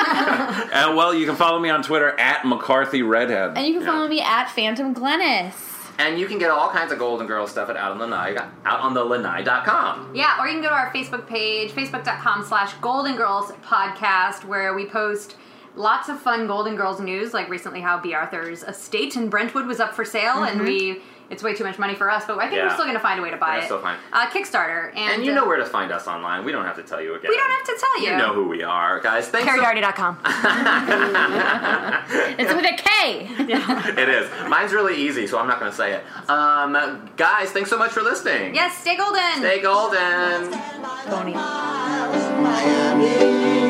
and well, you can follow me on Twitter at McCarthy Redhead. And you can Yeah. follow me at Phantom Glennis. and you can get all kinds of Golden Girl stuff at out on the Lanai, out on the Lanai.com. Yeah, or you can go to our Facebook page, facebook.com slash Golden Girls Podcast, where we post lots of fun Golden Girls news, like recently how B. Arthur's estate in Brentwood was up for sale, and we it's way too much money for us, but I think Yeah. we're still going to find a way to buy Yeah, it. still fine. Uh, Kickstarter. And, And you know uh, where to find us online. We don't have to tell you again. we don't have to tell you. You know who we are, guys. Thanks. so- CarrieDarty.com. It's with a K. [laughs] it is. Mine's really easy, so I'm not going to say it. Um, guys, thanks so much for listening. yes, stay golden. Stay golden. Tony. Miami.